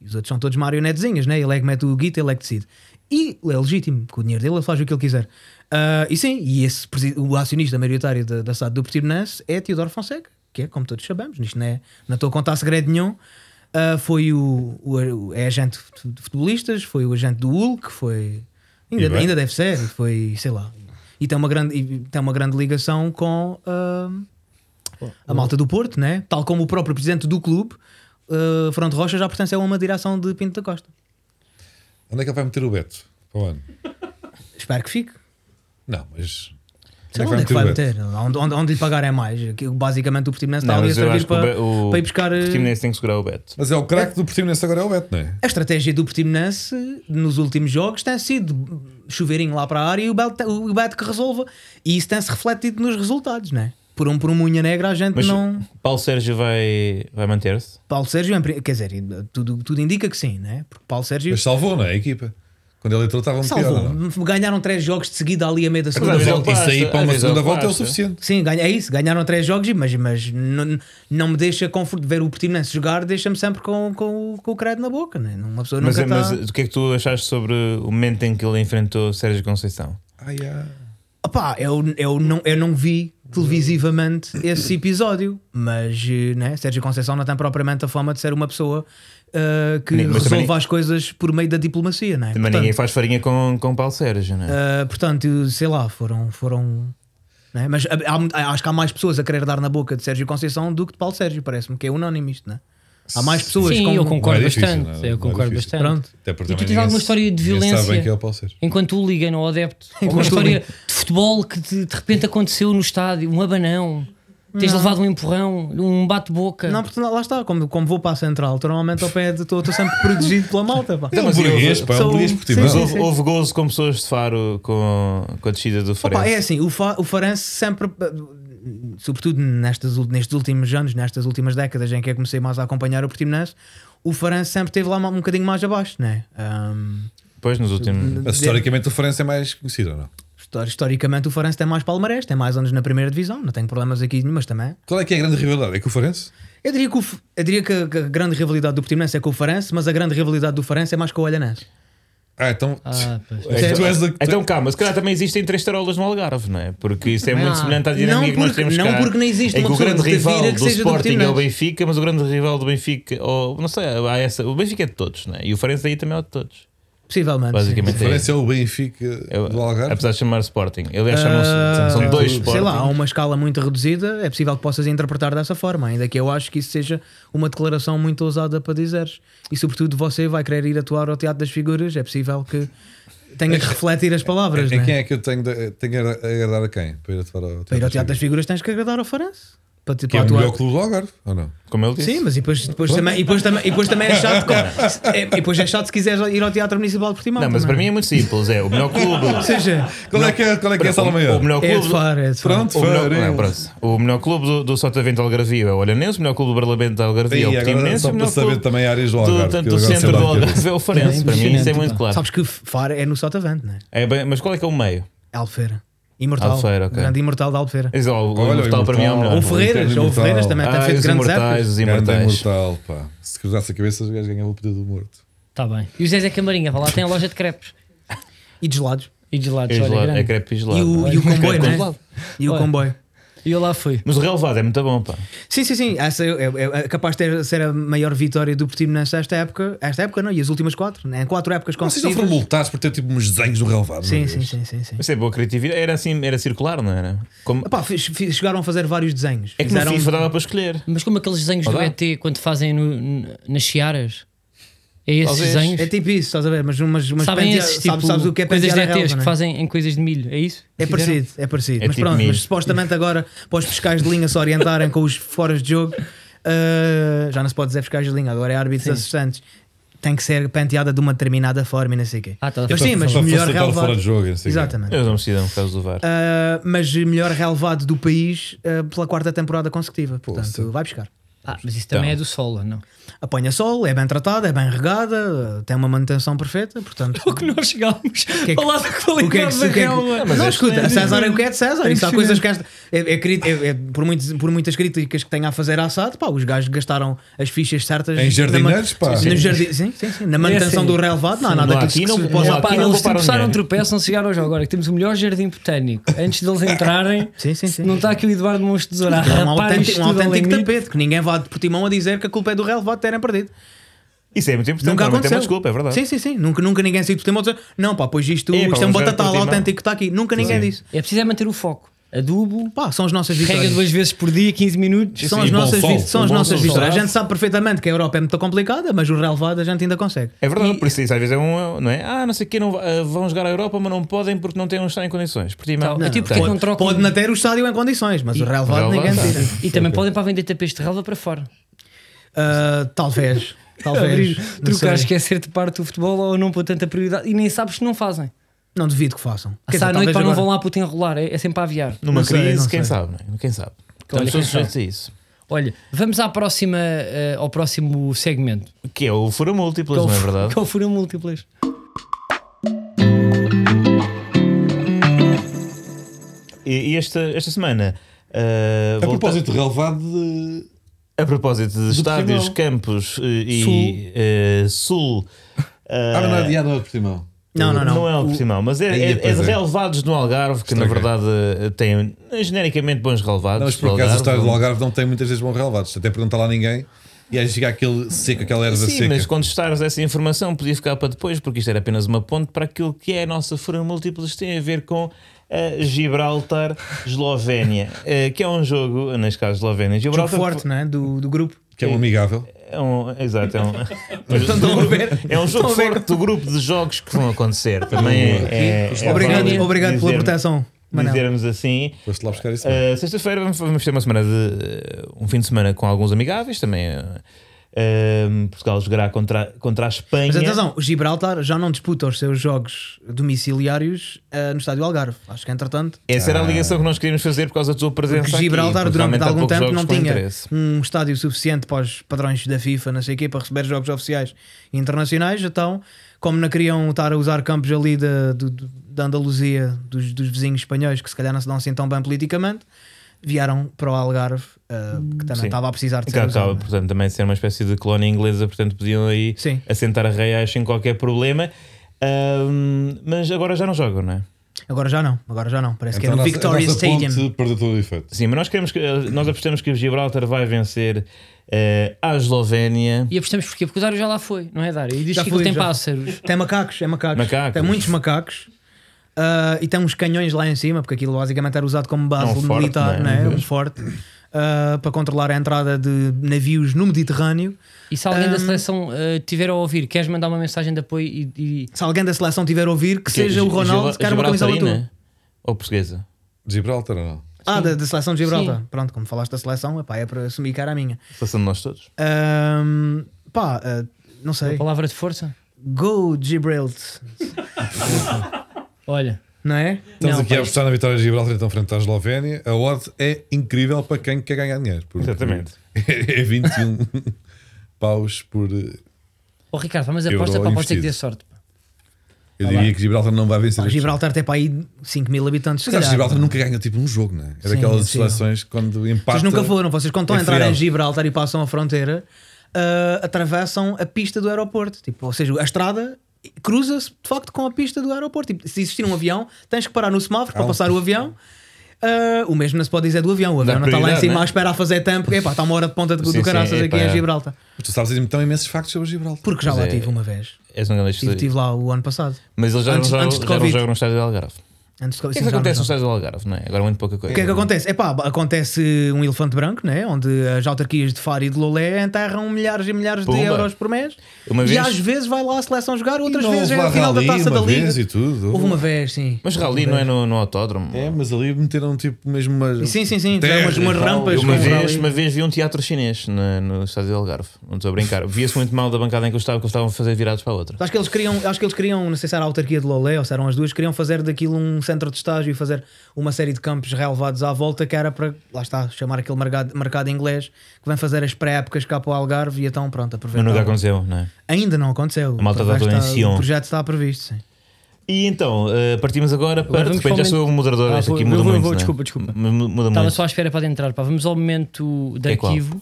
E os outros são todos marionetezinhas, né? ele é que mete o guita, ele é que decide. E é legítimo, com o dinheiro dele ele faz o que ele quiser. Ah, e sim, e esse, presi- o acionista maioritário da, da SAD do Portimonense é Teodoro Fonseca, que é, como todos sabemos, nisto não, é, não estou a contar segredo nenhum. Ah, foi o, o- é agente de futebolistas, foi o agente do Hulk, foi E Ainda, bem. ainda deve ser, foi, sei lá. E tem uma grande, e tem uma grande ligação com ah, ahm, a malta do Porto, né? tal como o próprio presidente do clube, ah, Fernando Rocha, já pertence a uma direção de Pinto da Costa. Onde é que ele vai meter o Beto? Para o ano? Espero que fique. Não, mas. Então Sei lá onde é que vai meter? Onde, onde, onde lhe pagar é mais? Aquilo, Basicamente, o Portimonense está Não, ali a mas eu servir acho que o, para, Be- o, para ir buscar. ah, o Portimonense tem que segurar o Beto. Mas é o craque do Portimonense agora é o Beto, não é? A estratégia do Portimonense nos últimos jogos tem sido chuveirinho lá para a área e o Beto, o Beto que resolva. E isso tem-se refletido nos resultados, né? Por um por um Munha Negra, a gente Mas não. Paulo Sérgio vai, vai manter-se? Paulo Sérgio, em pri- quer dizer, tudo, tudo indica que sim, né? Porque Paulo Sérgio Mas salvou, não é? A equipa. Quando ele entrou, estavam pior. salvou. ou não? Então, Ganharam três jogos de seguida ali a meio da segunda às vezes volta. ele Isso aí basta, para às uma vezes segunda ele volta é o basta. suficiente. Sim, ganha, é isso, ganharam três jogos, mas, mas não, não me deixa conforto ver o Portimonense jogar, deixa-me sempre com, com, o- com o credo na boca, né? Uma pessoa Mas, nunca está... mas o que é que tu achaste sobre o momento em que ele enfrentou Sérgio Conceição? Ai, ah. Opá, eu, eu, não, eu não vi televisivamente esse episódio, mas eh, né, Sérgio Conceição não tem propriamente a fama de ser uma pessoa eh, que Mas também resolva ninguém- as coisas por meio da diplomacia, né? Também Portanto, ninguém faz farinha com, com Paulo Sérgio, não é? Uh, portanto, sei lá, foram. foram né? Mas há- há mu- acho que há mais pessoas a querer dar na boca de Sérgio Conceição do que de Paulo Sérgio, parece-me que é unânime isto, né? Há mais pessoas Sim, com. eu concordo Não é difícil, bastante. não é? Eu Não é concordo difícil. bastante. Pronto. Até porque E tu também tens alguma ninguém- história de ninguém violência? Sabe quem é o Paulo Sérgio. Enquanto o liga no adepto, uma Enquanto o história liga. de futebol que te- de repente aconteceu no estádio, um abanão, tens levado um empurrão, um bate-boca. Não, porque lá está, como, como vou para a central, normalmente ao pé de estou estou sempre protegido pela malta. Pá. É um mas eu- burguês, pá, é um sou- burguês sim, portimão. Mas sim, houve, sim. houve gozo com pessoas de faro com, com a descida do Opa, é Farense. assim, o, fa o Farense sempre, eh, sobretudo nestas, ul- nestes últimos anos, nestas últimas décadas em que eu comecei mais a acompanhar o Portimonense, o Farense sempre esteve lá um bocadinho mais abaixo, né? Ahm, Depois nos últimos. Mas historicamente o Farense é mais conhecido, ou não? Histori- Historicamente o Farense tem mais palmarés, tem mais anos na primeira divisão, não tenho problemas aqui mas também. Qual é que é a grande rivalidade? É com o Farense? Eu diria que, o F- eu diria que a, que a grande rivalidade do Portimonense é com o Farense, mas a grande rivalidade do Farense é mais com o Olhanense. Ah, então. Ah, pois. É, tu és a- Então calma, se calhar também existem três tarolas no Algarve, não é? Porque isso é Não. muito semelhante à dinâmica Não que nós porque- temos não cá. porque não existe em uma que o pessoa grande de Tavira rival que do seja do Sporting é o Portimonense. Benfica, mas o grande rival do Benfica, ou não sei, há essa, o Benfica é de todos, não é? E o Farense aí também é o de todos, Ah, Possivelmente. o basicamente. é Farense é o Benfica É o- do Algarve. Apesar de chamar Sporting. Aliás, chamam-se. Ah, são dois Sporting. Sei lá, há uma escala muito reduzida, é possível que possas interpretar dessa forma, ainda que eu acho que isso seja uma declaração muito ousada para dizeres. E sobretudo você vai querer ir atuar ao Teatro das Figuras, é possível que tenha que refletir as palavras. Em né? quem é que eu tenho de, tenho de agradar a quem? Para ir atuar ao Para ir Teatro das ao Teatro das Figuras? Figuras tens que agradar ao Farense. Para, te- Que é para o atuar. melhor clube do Algarve, ou não? Como ele disse. um- Sim, mas e depois, depois, também, e depois, também, e depois também é chato. com- é, e depois é chato se quiseres ir ao Teatro Municipal de Portimão. Não, mas para mim é muito simples. É o melhor clube. Ou seja, Qual é que é, qual é, que é a sala maior? O melhor é clube. de fora, é de fora. Pronto, O melhor, não, Farense. pronto. o melhor clube do, do Sotavento Algarvio é o Olhanense, o melhor clube do Barlavento de Algarvio é o E agora Portimonense, só o para melhor saber clube também áreas do do, Algarve. tanto que do eu agora sei centro do lá o que é. Algarve é o Farense. É Para mim isso é impressionante, muito pá. claro. Sabes que Faro é no Sotavento, né? É bem- mas qual é que é o meio? É Albufeira. Imortal. Albufeira, ok. Grande imortal da Albufeira. Diz lá, O, o Olha, o imortal para mim é o melhor. Imortal. Ou o Ferreiras, Grande ou Imortal. Ferreiras um também Ah, tem feito os grandes imortais, épocas. os Grande imortais. imortal, pá. Se cruzasse a cabeça, os gajos ganhavam o poder do morto. Está tá bem. E o Zezé Camarinha, vai lá, tem a loja de crepes E de gelados. e de gelados. É olha, gelado- grande. É crepe E gelado. o, não é? e o comboio, Crepe né? congelado. E o Olha. comboio. E eu lá fui. Mas o relevado é muito bom, pá. Sim, sim, sim. Essa é, é- é capaz de ter- ser a maior vitória do Portimonense esta época. Esta época não, e as últimas quatro, né? Em quatro épocas Vocês não consecutivas. foram multados por ter tipo uns desenhos do relevado. sim, meu sim, Deus. sim, sim, sim. Mas é boa criatividade. Era assim, era circular, não era? Como... Epá, fi- fi- chegaram a fazer vários desenhos. É que no Fizeram- um- FIFA dava para escolher. Mas como aqueles desenhos do Olá. ET quando fazem no- n- nas searas? É esses Talvez. desenhos? É tipo isso, estás a ver? Mas umas, umas Sabem pentear- esses, tipo, sabes, sabes o que é coisas de pentear a relva, ETs não que é? fazem em coisas de milho, é isso? É Fizeram? parecido, é parecido. É mas tipo pronto, milho. mas supostamente agora para os fiscais de linha se orientarem com os foras de jogo, uh, já não se pode dizer fiscais de linha, agora é árbitros assistentes. Tem que ser penteada de uma determinada forma e não sei o quê. Ah, tá, tá. mas É sim, mas Para melhor facilitar o relevado. fora de jogo. Assim, Exatamente. Eu não me decidam por causa do VAR. Uh, mas melhor relevado do país uh, pela quarta temporada consecutiva. Portanto, vai buscar. Ah, mas isso também Então. é do solo, não? Apanha sol, é bem tratada, é bem regada, uh, tem uma manutenção perfeita. Portanto, O que nós chegámos que é que- falar da O que é que qualidade se- da o que é que- relva. Não, escuta, a César é o que é de César. Isso há impressionante. coisas que esta- é, é crit- é- é- por, muitos- por muitas críticas que tenho a fazer à SAD, pá, os gajos gastaram as fichas certas Em jardineiros, na, pá. no jardim- sim, sim, sim, na manutenção assim. do relevado. Não há nada Lá que se- aqui não que se- pode- Olha, lá pá, aqui não eles pouparam tropeçaram um dinheiro. tropeço, não chegaram hoje agora, que temos o melhor jardim botânico. Antes deles entrarem, Sim, sim, sim. não está aqui o Eduardo Montes de Tesoura. É um Rapaz, autêntico, um isto tudo é ao autêntico limite. tapete que ninguém vá de Portimão a dizer que a culpa é do relevado terem perdido. Isso é muito importante. nunca Normalmente aconteceu. é uma desculpa, é verdade. Sim, sim, sim. Nunca, nunca ninguém saiu de Portimão a dizer não, pá, pois isto, É, pá, isto é um vamos ver batatal Portimão. autêntico que está aqui. Nunca ninguém disse. É preciso é manter o foco. Adubo, Pá, são as nossas rega vitórias. duas vezes por dia, 15 minutos. São sim, as bom nossas, sol, vi- são um as bom nossas sol. vitórias. A gente sabe perfeitamente que a Europa é muito complicada, mas o relevado a gente ainda consegue. É verdade, E- por isso isso às vezes é um. Não é? Ah, não sei o quê, não, ah, vão jogar à Europa, mas não podem porque não têm um estado em condições. Por ti, mal. Não, é tipo, Portanto, porque não trocam- Pode não ter o estádio em condições, mas o relevado relevado, ninguém tira. E também podem para vender tapetes de relva para fora. Ah, talvez. Abrir, Talvez. Não, trocar, sei. esquecer-te parte do futebol ou não pôr tanta prioridade. E nem sabes se não fazem. Não duvido que façam. Quer Passar à dizer, noite talvez para não agora. vão lá para te enrolar, é, é sempre a aviar. numa não sei, crise, não quem sei. sabe, não é? Quem sabe? Olha, Estamos quem todos sujeitos a isso. Olha, vamos à próxima, eh, ao próximo segmento. Que é o fura múltiplas, Que não é o- verdade? Que é o Fura Múltiplas. E, e esta, esta semana. ah, A volta- propósito, relevado de. a propósito de estádios, Portimão. campos eh, Sul. e eh, sul. Ah, não é ah, adiado ao Portimão. Não, não, não. Não é o Portimão, mas é, Aí, é, é pois de é. relevados no Algarve, que na Estraguei. verdade eh, têm eh, genericamente bons relevados. Não, mas por do acaso o estádio do Algarve. Algarve não tem muitas vezes bons relevados, até porque não está lá ninguém. E aí chega aquele seco, aquela erva Sim, seca. mas quando estares essa informação podia ficar para depois, porque isto era apenas uma ponte para aquilo que é a nossa fura múltiplas, tem a ver com eh, Gibraltar, Eslovénia, eh, que é um jogo, neste caso Eslovénia e Jogo Gibraltar. forte, não é? Do, do grupo. Que é um amigável. É um, exato, é um, mas Estão a ver? é um jogo Estão a ver? forte do grupo de jogos que vão acontecer. Também é, é, Obrigado, válido obrigado pela dizer- proteção, Manel. Dizermos assim, Foste lá buscar isso. não é? Uh, Sexta-feira vamos, vamos ter uma semana de uh, um fim de semana com alguns amigáveis também. uh, um, Portugal jogará contra, contra a Espanha. Mas atenção, o Gibraltar já não disputa os seus jogos domiciliários ah, no estádio Algarve. Acho que entretanto Essa era a ligação que nós queríamos fazer por causa da tua presença. Ah. Porque aqui, Gibraltar porque durante realmente há algum poucos tempo jogos não com tinha interesse. um estádio suficiente para os padrões da FIFA, não sei o quê, para receber jogos oficiais e internacionais, então, como não queriam estar a usar campos ali da, do- do- da Andaluzia, dos, dos vizinhos espanhóis, que se calhar não se dão assim tão bem politicamente, vieram para o Algarve, eh, que também Sim. estava a precisar de Que ser acaba, usado. não é? portanto, também de ser uma espécie de colónia inglesa, portanto, podiam aí Sim. assentar reais sem qualquer problema. Um, mas agora já não jogam, não é? Agora já não, agora já não. Parece Então a que é no nossa- Victoria a nossa Stadium. Ponte perdeu todo o efeito. Sim, mas nós queremos que eh, nós apostamos que o Gibraltar vai vencer uh, a Eslovénia. E apostamos porquê? Porque o Dário já lá foi, não é, Dário? E diz Já que aquilo fui, tem já. pássaros. Tem macacos, é macacos. Macacos. Tem muitos macacos. Ah, e tem uns canhões lá em cima, porque aquilo basicamente era usado como base É um forte, militar, não é? né? Pois. um forte, ah, para controlar a entrada de navios no Mediterrâneo. E se alguém da Ahm. seleção eh, tiver a ouvir, queres mandar uma mensagem de apoio e. e- Se alguém da seleção tiver a ouvir, que, seja o Gi- né? Ronaldo, Gibra- quer uma camisola tua. Gibraltarina? Ou portuguesa? Gibraltar ou não? Ah, da, da seleção de Gibraltar. Sim. Pronto, como falaste da seleção, epá, é para assumir que era a minha. Passando nós todos. Ah, pá, ah, não sei. Palavra de força? Go Gibraltar, Olha. não é? Estamos Não, aqui a pois. apostar na vitória de Gibraltar então frente à Eslovénia. A odd é incrível para quem quer ganhar dinheiro. porque Exatamente. É 21 paus por. eh, Tá Ó Ricardo, mas Euro aposta para aposta que investido. dê sorte. pá. Eu diria que Gibraltar não vai vencer. este jogo. Pá, Ah, Gibraltar tem para aí 5 mil habitantes. se Mas acho que calhar. Gibraltar nunca ganha tipo um jogo, não é? É Sim, daquelas sim. seleções que quando empata. Vocês nunca foram, vocês quando estão a É entrar em friado. Gibraltar e passam a fronteira, ah, atravessam a pista do aeroporto. Tipo, ou seja, a estrada cruza-se de facto com a pista do aeroporto. Tipo, se existir um avião, tens que parar no semáforo para Ah, passar o avião. Ah, o mesmo não se pode dizer do avião. O avião não está lá em prioridade, cima né? à espera a fazer tempo. Epá, está uma hora de ponta do, Sim, do sim, caraças aqui epá. é. em Gibraltar. Mas tu sabes dizer-me tão imensos factos sobre Gibraltar. Porque já Pois lá é. tive uma vez. És um grande Estive, estúdio. estive lá o ano passado. Mas eles já Antes- não antes de jogam- já não Covid. jogam no estádio do Algarve. Antes de O que é que sim, já acontece no não- estádio do Algarve? Não é? Agora muito pouca coisa. O que é que acontece? Epá, acontece um elefante branco, né? onde as autarquias de Faro e de Lolé enterram milhares e milhares Pumba. de euros por mês. Uma E vez- às vezes vai lá a seleção jogar, outras não vezes houve é lá a final da rally taça da uma vez liga. e tudo. Houve uma vez, sim. Mas Rally não é no, no autódromo. É, mas ali meteram tipo mesmo umas. Sim, sim, sim, fizeram umas- terras e umas tal. rampas. é? Eu uma com vez, rally. uma vez vi um teatro chinês na- no, estádio do Algarve. Não estou a brincar. Via-se muito mal da bancada em que eu estava, que eles estavam a fazer virados para a outra. Acho que, eles queriam, acho que eles queriam, não sei se era a autarquia de Lolé ou se eram as duas, queriam fazer daquilo um centro de estágio e fazer uma série de campos relevados à volta que era para, lá está, chamar aquele mercado, mercado inglês que vem fazer as pré-épocas cá para o Algarve e então pronto, Mas nunca aproveitar. aconteceu, não é? Ainda não aconteceu. A malta Vai está toda em estar- Sion. O projeto está previsto, sim. E então, eh, partimos agora para. vamos de repente já para o sou o moderador, Ah, esta aqui vou- muda vou- muito. vou- não é? desculpa, desculpa. M- Muda Estava muito. só à espera para entrar. Pá. Vamos ao momento de É qual? arquivo.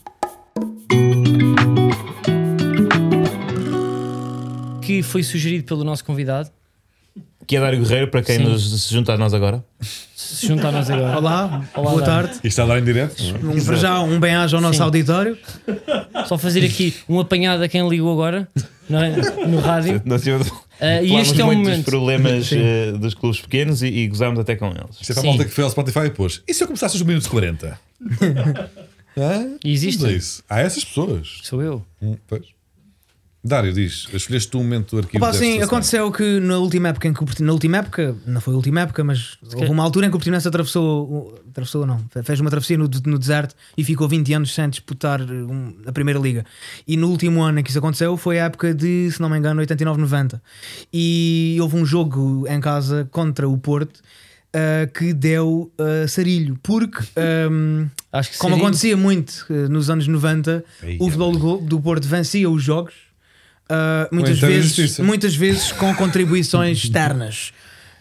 Que foi sugerido pelo nosso convidado. Que é Dário Guerreiro, para quem Sim. nos, se junta a nós agora. Se junta a nós agora. Olá, Olá, boa Dan. tarde. Isto está a dar em direto? não é? Um, para já, um bem-aja ao nosso Sim. auditório. Só fazer aqui um apanhado a quem ligou agora não é? no rádio. Nós tivemos Ah, e falámos este é o muito dos momento. problemas eh, dos clubes pequenos e, e gozámos até com eles. Isto é para a Sim. malta que foi ao Spotify e pôs. E se eu começasse os minutos 40? Hã? Existe? Vamos a isso. Há essas pessoas. Sou eu. Hum, pois. Dário diz: escolheste tu um momento do arquivo. Opa, desta sim, semana. aconteceu que na última época em que o Porti- na última época, não foi a última época, mas houve uma altura em que o Portimonense atravessou, o- atravessou não, fe- fez uma travessia no, de- no deserto e ficou 20 anos sem disputar um, a primeira liga. E no último ano em que isso aconteceu foi a época de, se não me engano, 89-90. E houve um jogo em casa contra o Porto ah, que deu ah, sarilho, porque ah, Acho que Como seria- acontecia muito eh, nos anos 90, Ei, o futebol do, do Porto vencia os jogos ah, muitas, então a vezes, justiça. muitas vezes com contribuições externas.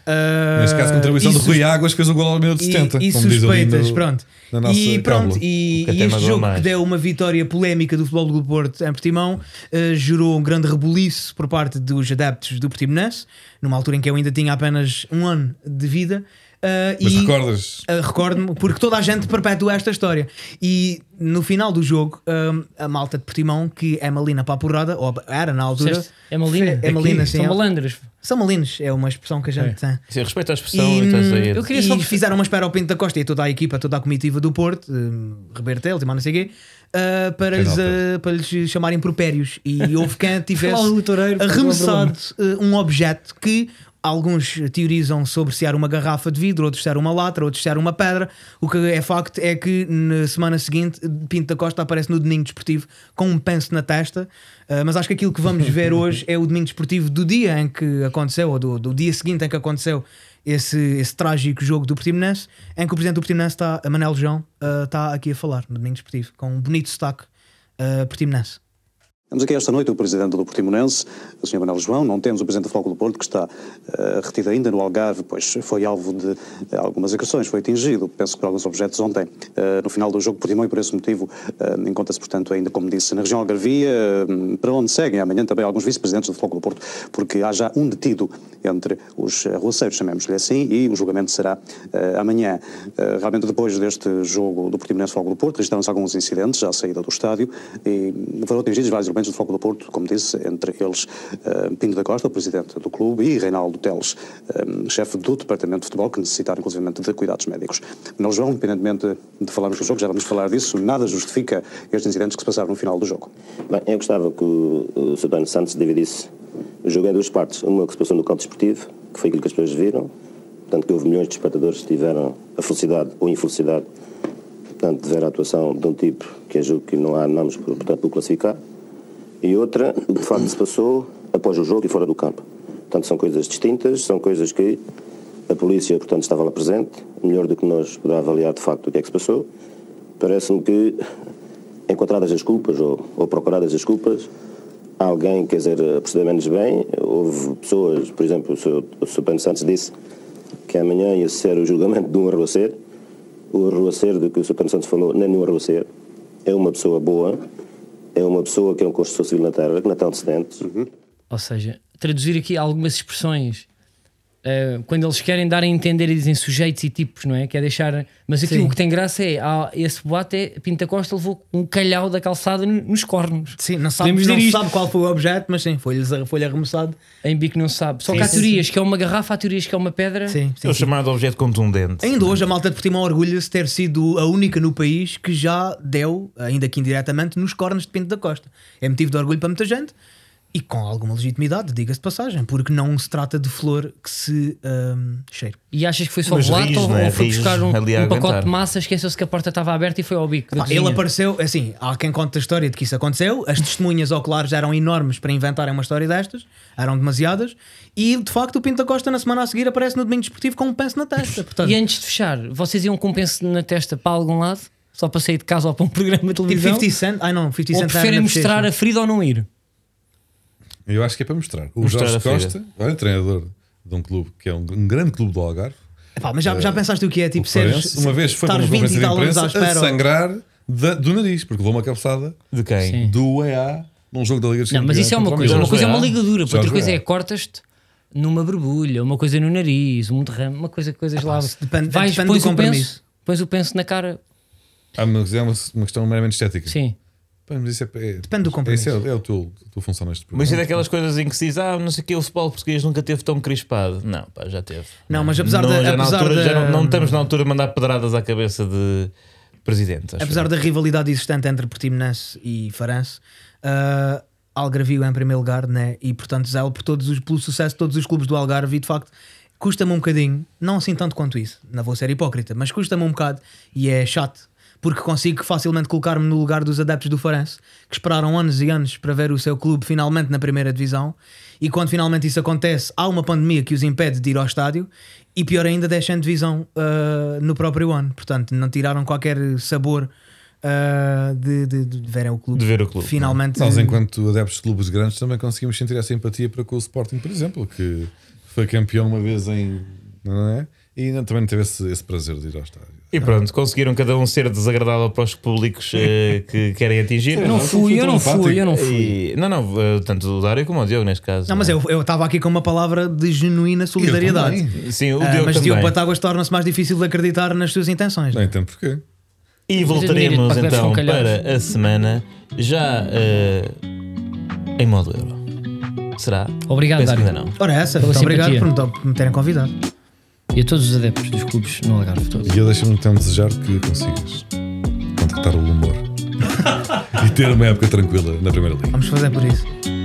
Ah, Neste caso, a contribuição e do sus- Rui Águas fez o gol ao minuto e- 70. E, como diz ali no- suspeitas, pronto. na nossa e pronto, cábula. e, Um Que até e este magoou jogo mais. que deu uma vitória polémica do futebol do Porto em Portimão eh, gerou um grande rebuliço por parte dos adeptos do Portimonense, numa altura em que eu ainda tinha apenas um ano de vida. ah, Mas e- recordas? Uh, Recordo-me, porque toda a gente perpetua esta história. E no final do jogo, um, a malta de Portimão, que é Malina para a porrada, ou era na altura, Disseste? É Malina? Fe- é Malina, Aqui? sim, São é. malandros. são Malinos, é uma expressão que a gente tem. Sim, respeito à expressão E, e, estás então, aí. hum, é eu a- queria- só e perce- fizeram uma espera ao Pinto da Costa e a toda a equipa, toda a comitiva do Porto, um, Roberto Eltima, não sei quê, uh, para, Quem lhes, nota? uh, para lhes chamarem propérios. E houve quem tivesse Fala do toureiro, arremessado uh, um objeto que alguns teorizam sobre se era uma garrafa de vidro, outros se era uma lata, outros se era uma pedra. O que é facto é que na semana seguinte Pinto da Costa aparece no Domingo Desportivo com um penso na testa. Uh, mas acho que aquilo que vamos ver hoje é o Domingo Desportivo do dia em que aconteceu, ou do, do dia seguinte em que aconteceu esse, esse trágico jogo do Portimonense, em que o presidente do Portimonense está, a Manel João, uh, está aqui a falar no Domingo Desportivo, com um bonito sotaque uh, Portimonense. Temos aqui esta noite o Presidente do Portimonense, o Sr. Manuel João. Não temos o Presidente do Foco do Porto, que está eh, retido ainda no Algarve, pois foi alvo de eh, algumas agressões, foi atingido, penso que por alguns objetos ontem, eh, no final do jogo Portimão, e por esse motivo eh, encontra-se, portanto, ainda, como disse, na região Algarvia, eh, para onde seguem amanhã também alguns vice-presidentes do Foco do Porto, porque há já um detido entre os arruaceiros, chamemos-lhe assim, e o julgamento será eh, amanhã. Eh, realmente, depois deste jogo do Portimonense Foco do Porto, registraram-se alguns incidentes à saída do estádio e foram atingidos vários elementos do Foco do Porto, como disse, entre eles eh, Pinto da Costa, o presidente do clube, e Reinaldo Teles, eh, chefe do departamento de futebol, que necessitaram inclusivamente de cuidados médicos. Nós, João, independentemente de falarmos do jogo, já vamos falar disso, nada justifica estes incidentes que se passaram no final do jogo. Bem, eu gostava que o, o Sr. António Santos dividisse o jogo em duas partes. Uma que se passou no campo desportivo, que foi aquilo que as pessoas viram, portanto que houve milhões de espectadores que tiveram a felicidade ou infelicidade portanto, de ver a atuação de um tipo que eu julgo que não há nomes por- portanto, por classificar. E outra, o que de facto se passou após o jogo e fora do campo. Portanto, são coisas distintas, são coisas que a polícia, portanto, estava lá presente, melhor do que nós poderá avaliar de facto o que é que se passou. Parece-me que encontradas as culpas ou, ou procuradas as culpas, alguém quer dizer proceder menos bem. Houve pessoas, por exemplo, o Sr. o Sr. Pano Santos disse que amanhã ia ser o julgamento de um arruaceiro. O arruaceiro de que o Sr. Pano Santos falou não é nenhum arruaceiro, é uma pessoa boa, é uma pessoa que é um construtor civil na terra, que não tem antecedentes. Ou seja, traduzir aqui algumas expressões eh, quando eles querem dar a entender e dizem sujeitos e tipos, não é? Que é deixar. Mas aqui Sim. o que tem graça é ah, esse boato é Pinta Costa levou um calhau da calçada no- nos cornos. Sim, não sabe, Podemos não dizer isto. sabe qual foi o objeto, mas sim, foi-lhe foi arremessado. Em bico não se sabe. Só Sim, que há sim, teorias que é uma garrafa, há teorias que é uma pedra. Sim, É sim, o sim. chamado objeto contundente. Ainda hoje a malta de Portimão orgulha-se de ter sido a única no país que já deu, ainda que indiretamente, nos cornos de Pinto da Costa. É motivo de orgulho para muita gente e com alguma legitimidade, diga-se de passagem, porque não se trata de flor que se hum, ahm, cheira. E achas que foi só Mas boato rios, ou, não é? ou foi Rios buscar um, ali a um pacote aguentar. de massa, esqueceu-se que a porta estava aberta e foi ao bico? da Pá, ele cozinha? apareceu, assim, há quem conta a história de que isso aconteceu, as testemunhas oculares eram enormes para inventarem uma história destas, eram demasiadas, e de facto o Pinto da Costa na semana a seguir aparece no domingo desportivo com um penso na testa. Portanto, E antes de fechar, vocês iam com um penso na testa para algum lado? Só para sair de casa ou para um programa de tipo Então, televisão? 50 Cent, ai não, 50 ou Cent era preferem na mostrar bochecha. a ferida ou não ir? Eu acho que é para mostrar. O Mostrar Jorge a ferida. Costa, olha, treinador de um clube que é um, um grande clube do Algarve, Epá, mas já, já pensaste o que é, tipo, o seres, Farense, Eh, uma vez foi para estares uma conferência 20 e de tal anos à imprensa a espera. ou- sangrar da- do nariz, porque levou uma cabeçada De quem? Sim. do EA num jogo da Liga dos Não, mas Campeões isso é uma contra o coisa. Miguel. Uma Milan. coisa é uma Já ligadura, foi outra coisa há. é cortas-te numa borbulha, uma coisa no nariz, um derrame, uma coisa, coisas lá. se depende- Vais, depende do pões, o penso, compromisso. pões o penso na cara. Ah, mas é uma, uma questão meramente estética. Sim. Pá, mas isso é, é, Depende do compromisso. Isso é, é o teu, a tua função neste programa. Mas é daquelas coisas em que se diz, ah, não sei o que, o futebol português nunca teve tão crispado. Não, pá, já teve. Não, mas apesar Não, já da- na apesar altura- da- já não, não estamos na altura de mandar pedradas à cabeça de presidentes. acho Apesar eu. da rivalidade existente entre Portimonense e Farense, ah, Algarvio em primeiro lugar, né? e portanto zelo por todos os, pelo sucesso de todos os clubes do Algarve e de facto custa-me um bocadinho, não assim tanto quanto isso, não vou ser hipócrita, mas custa-me um bocado e é chato. Porque consigo facilmente colocar-me no lugar dos adeptos do Farense, que esperaram anos e anos para ver o seu clube finalmente na primeira divisão, e quando finalmente isso acontece, há uma pandemia que os impede de ir ao estádio, e pior ainda, deixam divisão ah, no próprio ano. Portanto, não tiraram qualquer sabor ah, de, de- de verem o clube. De ver o clube, é? Finalmente. Nós, enquanto adeptos de clubes grandes, também conseguimos sentir essa empatia para com o Sporting, por exemplo, que foi campeão uma vez em. Não é? E ainda também teve esse, esse prazer de ir ao estádio. E pronto, conseguiram cada um ser desagradável para os públicos eh, que querem atingir. Eu não não fui fui, eu tão não fui, eu não fui. E- não, não, eh, tanto o Dário como o Diogo, neste caso. Não, mas é? eu eu estava aqui com uma palavra de genuína solidariedade. também. é? Sim, o Ah, Diogo mas também. Diogo Batáguas torna-se mais difícil de acreditar nas suas intenções. Não entendo porquê. E Mas voltaremos admira-te, então para que leves com calhaus. para a semana, já eh, em modo euro. Será? Obrigado, Penso que Dário. ainda não. Ora, essa, Pela muito obrigado simpatia. por me to- por me terem convidado. E a todos os adeptos dos clubes no Algarve. Todos. E eu deixo-me então desejar que consigas contratar o humor e ter uma época tranquila na Primeira Liga. Vamos fazer por isso.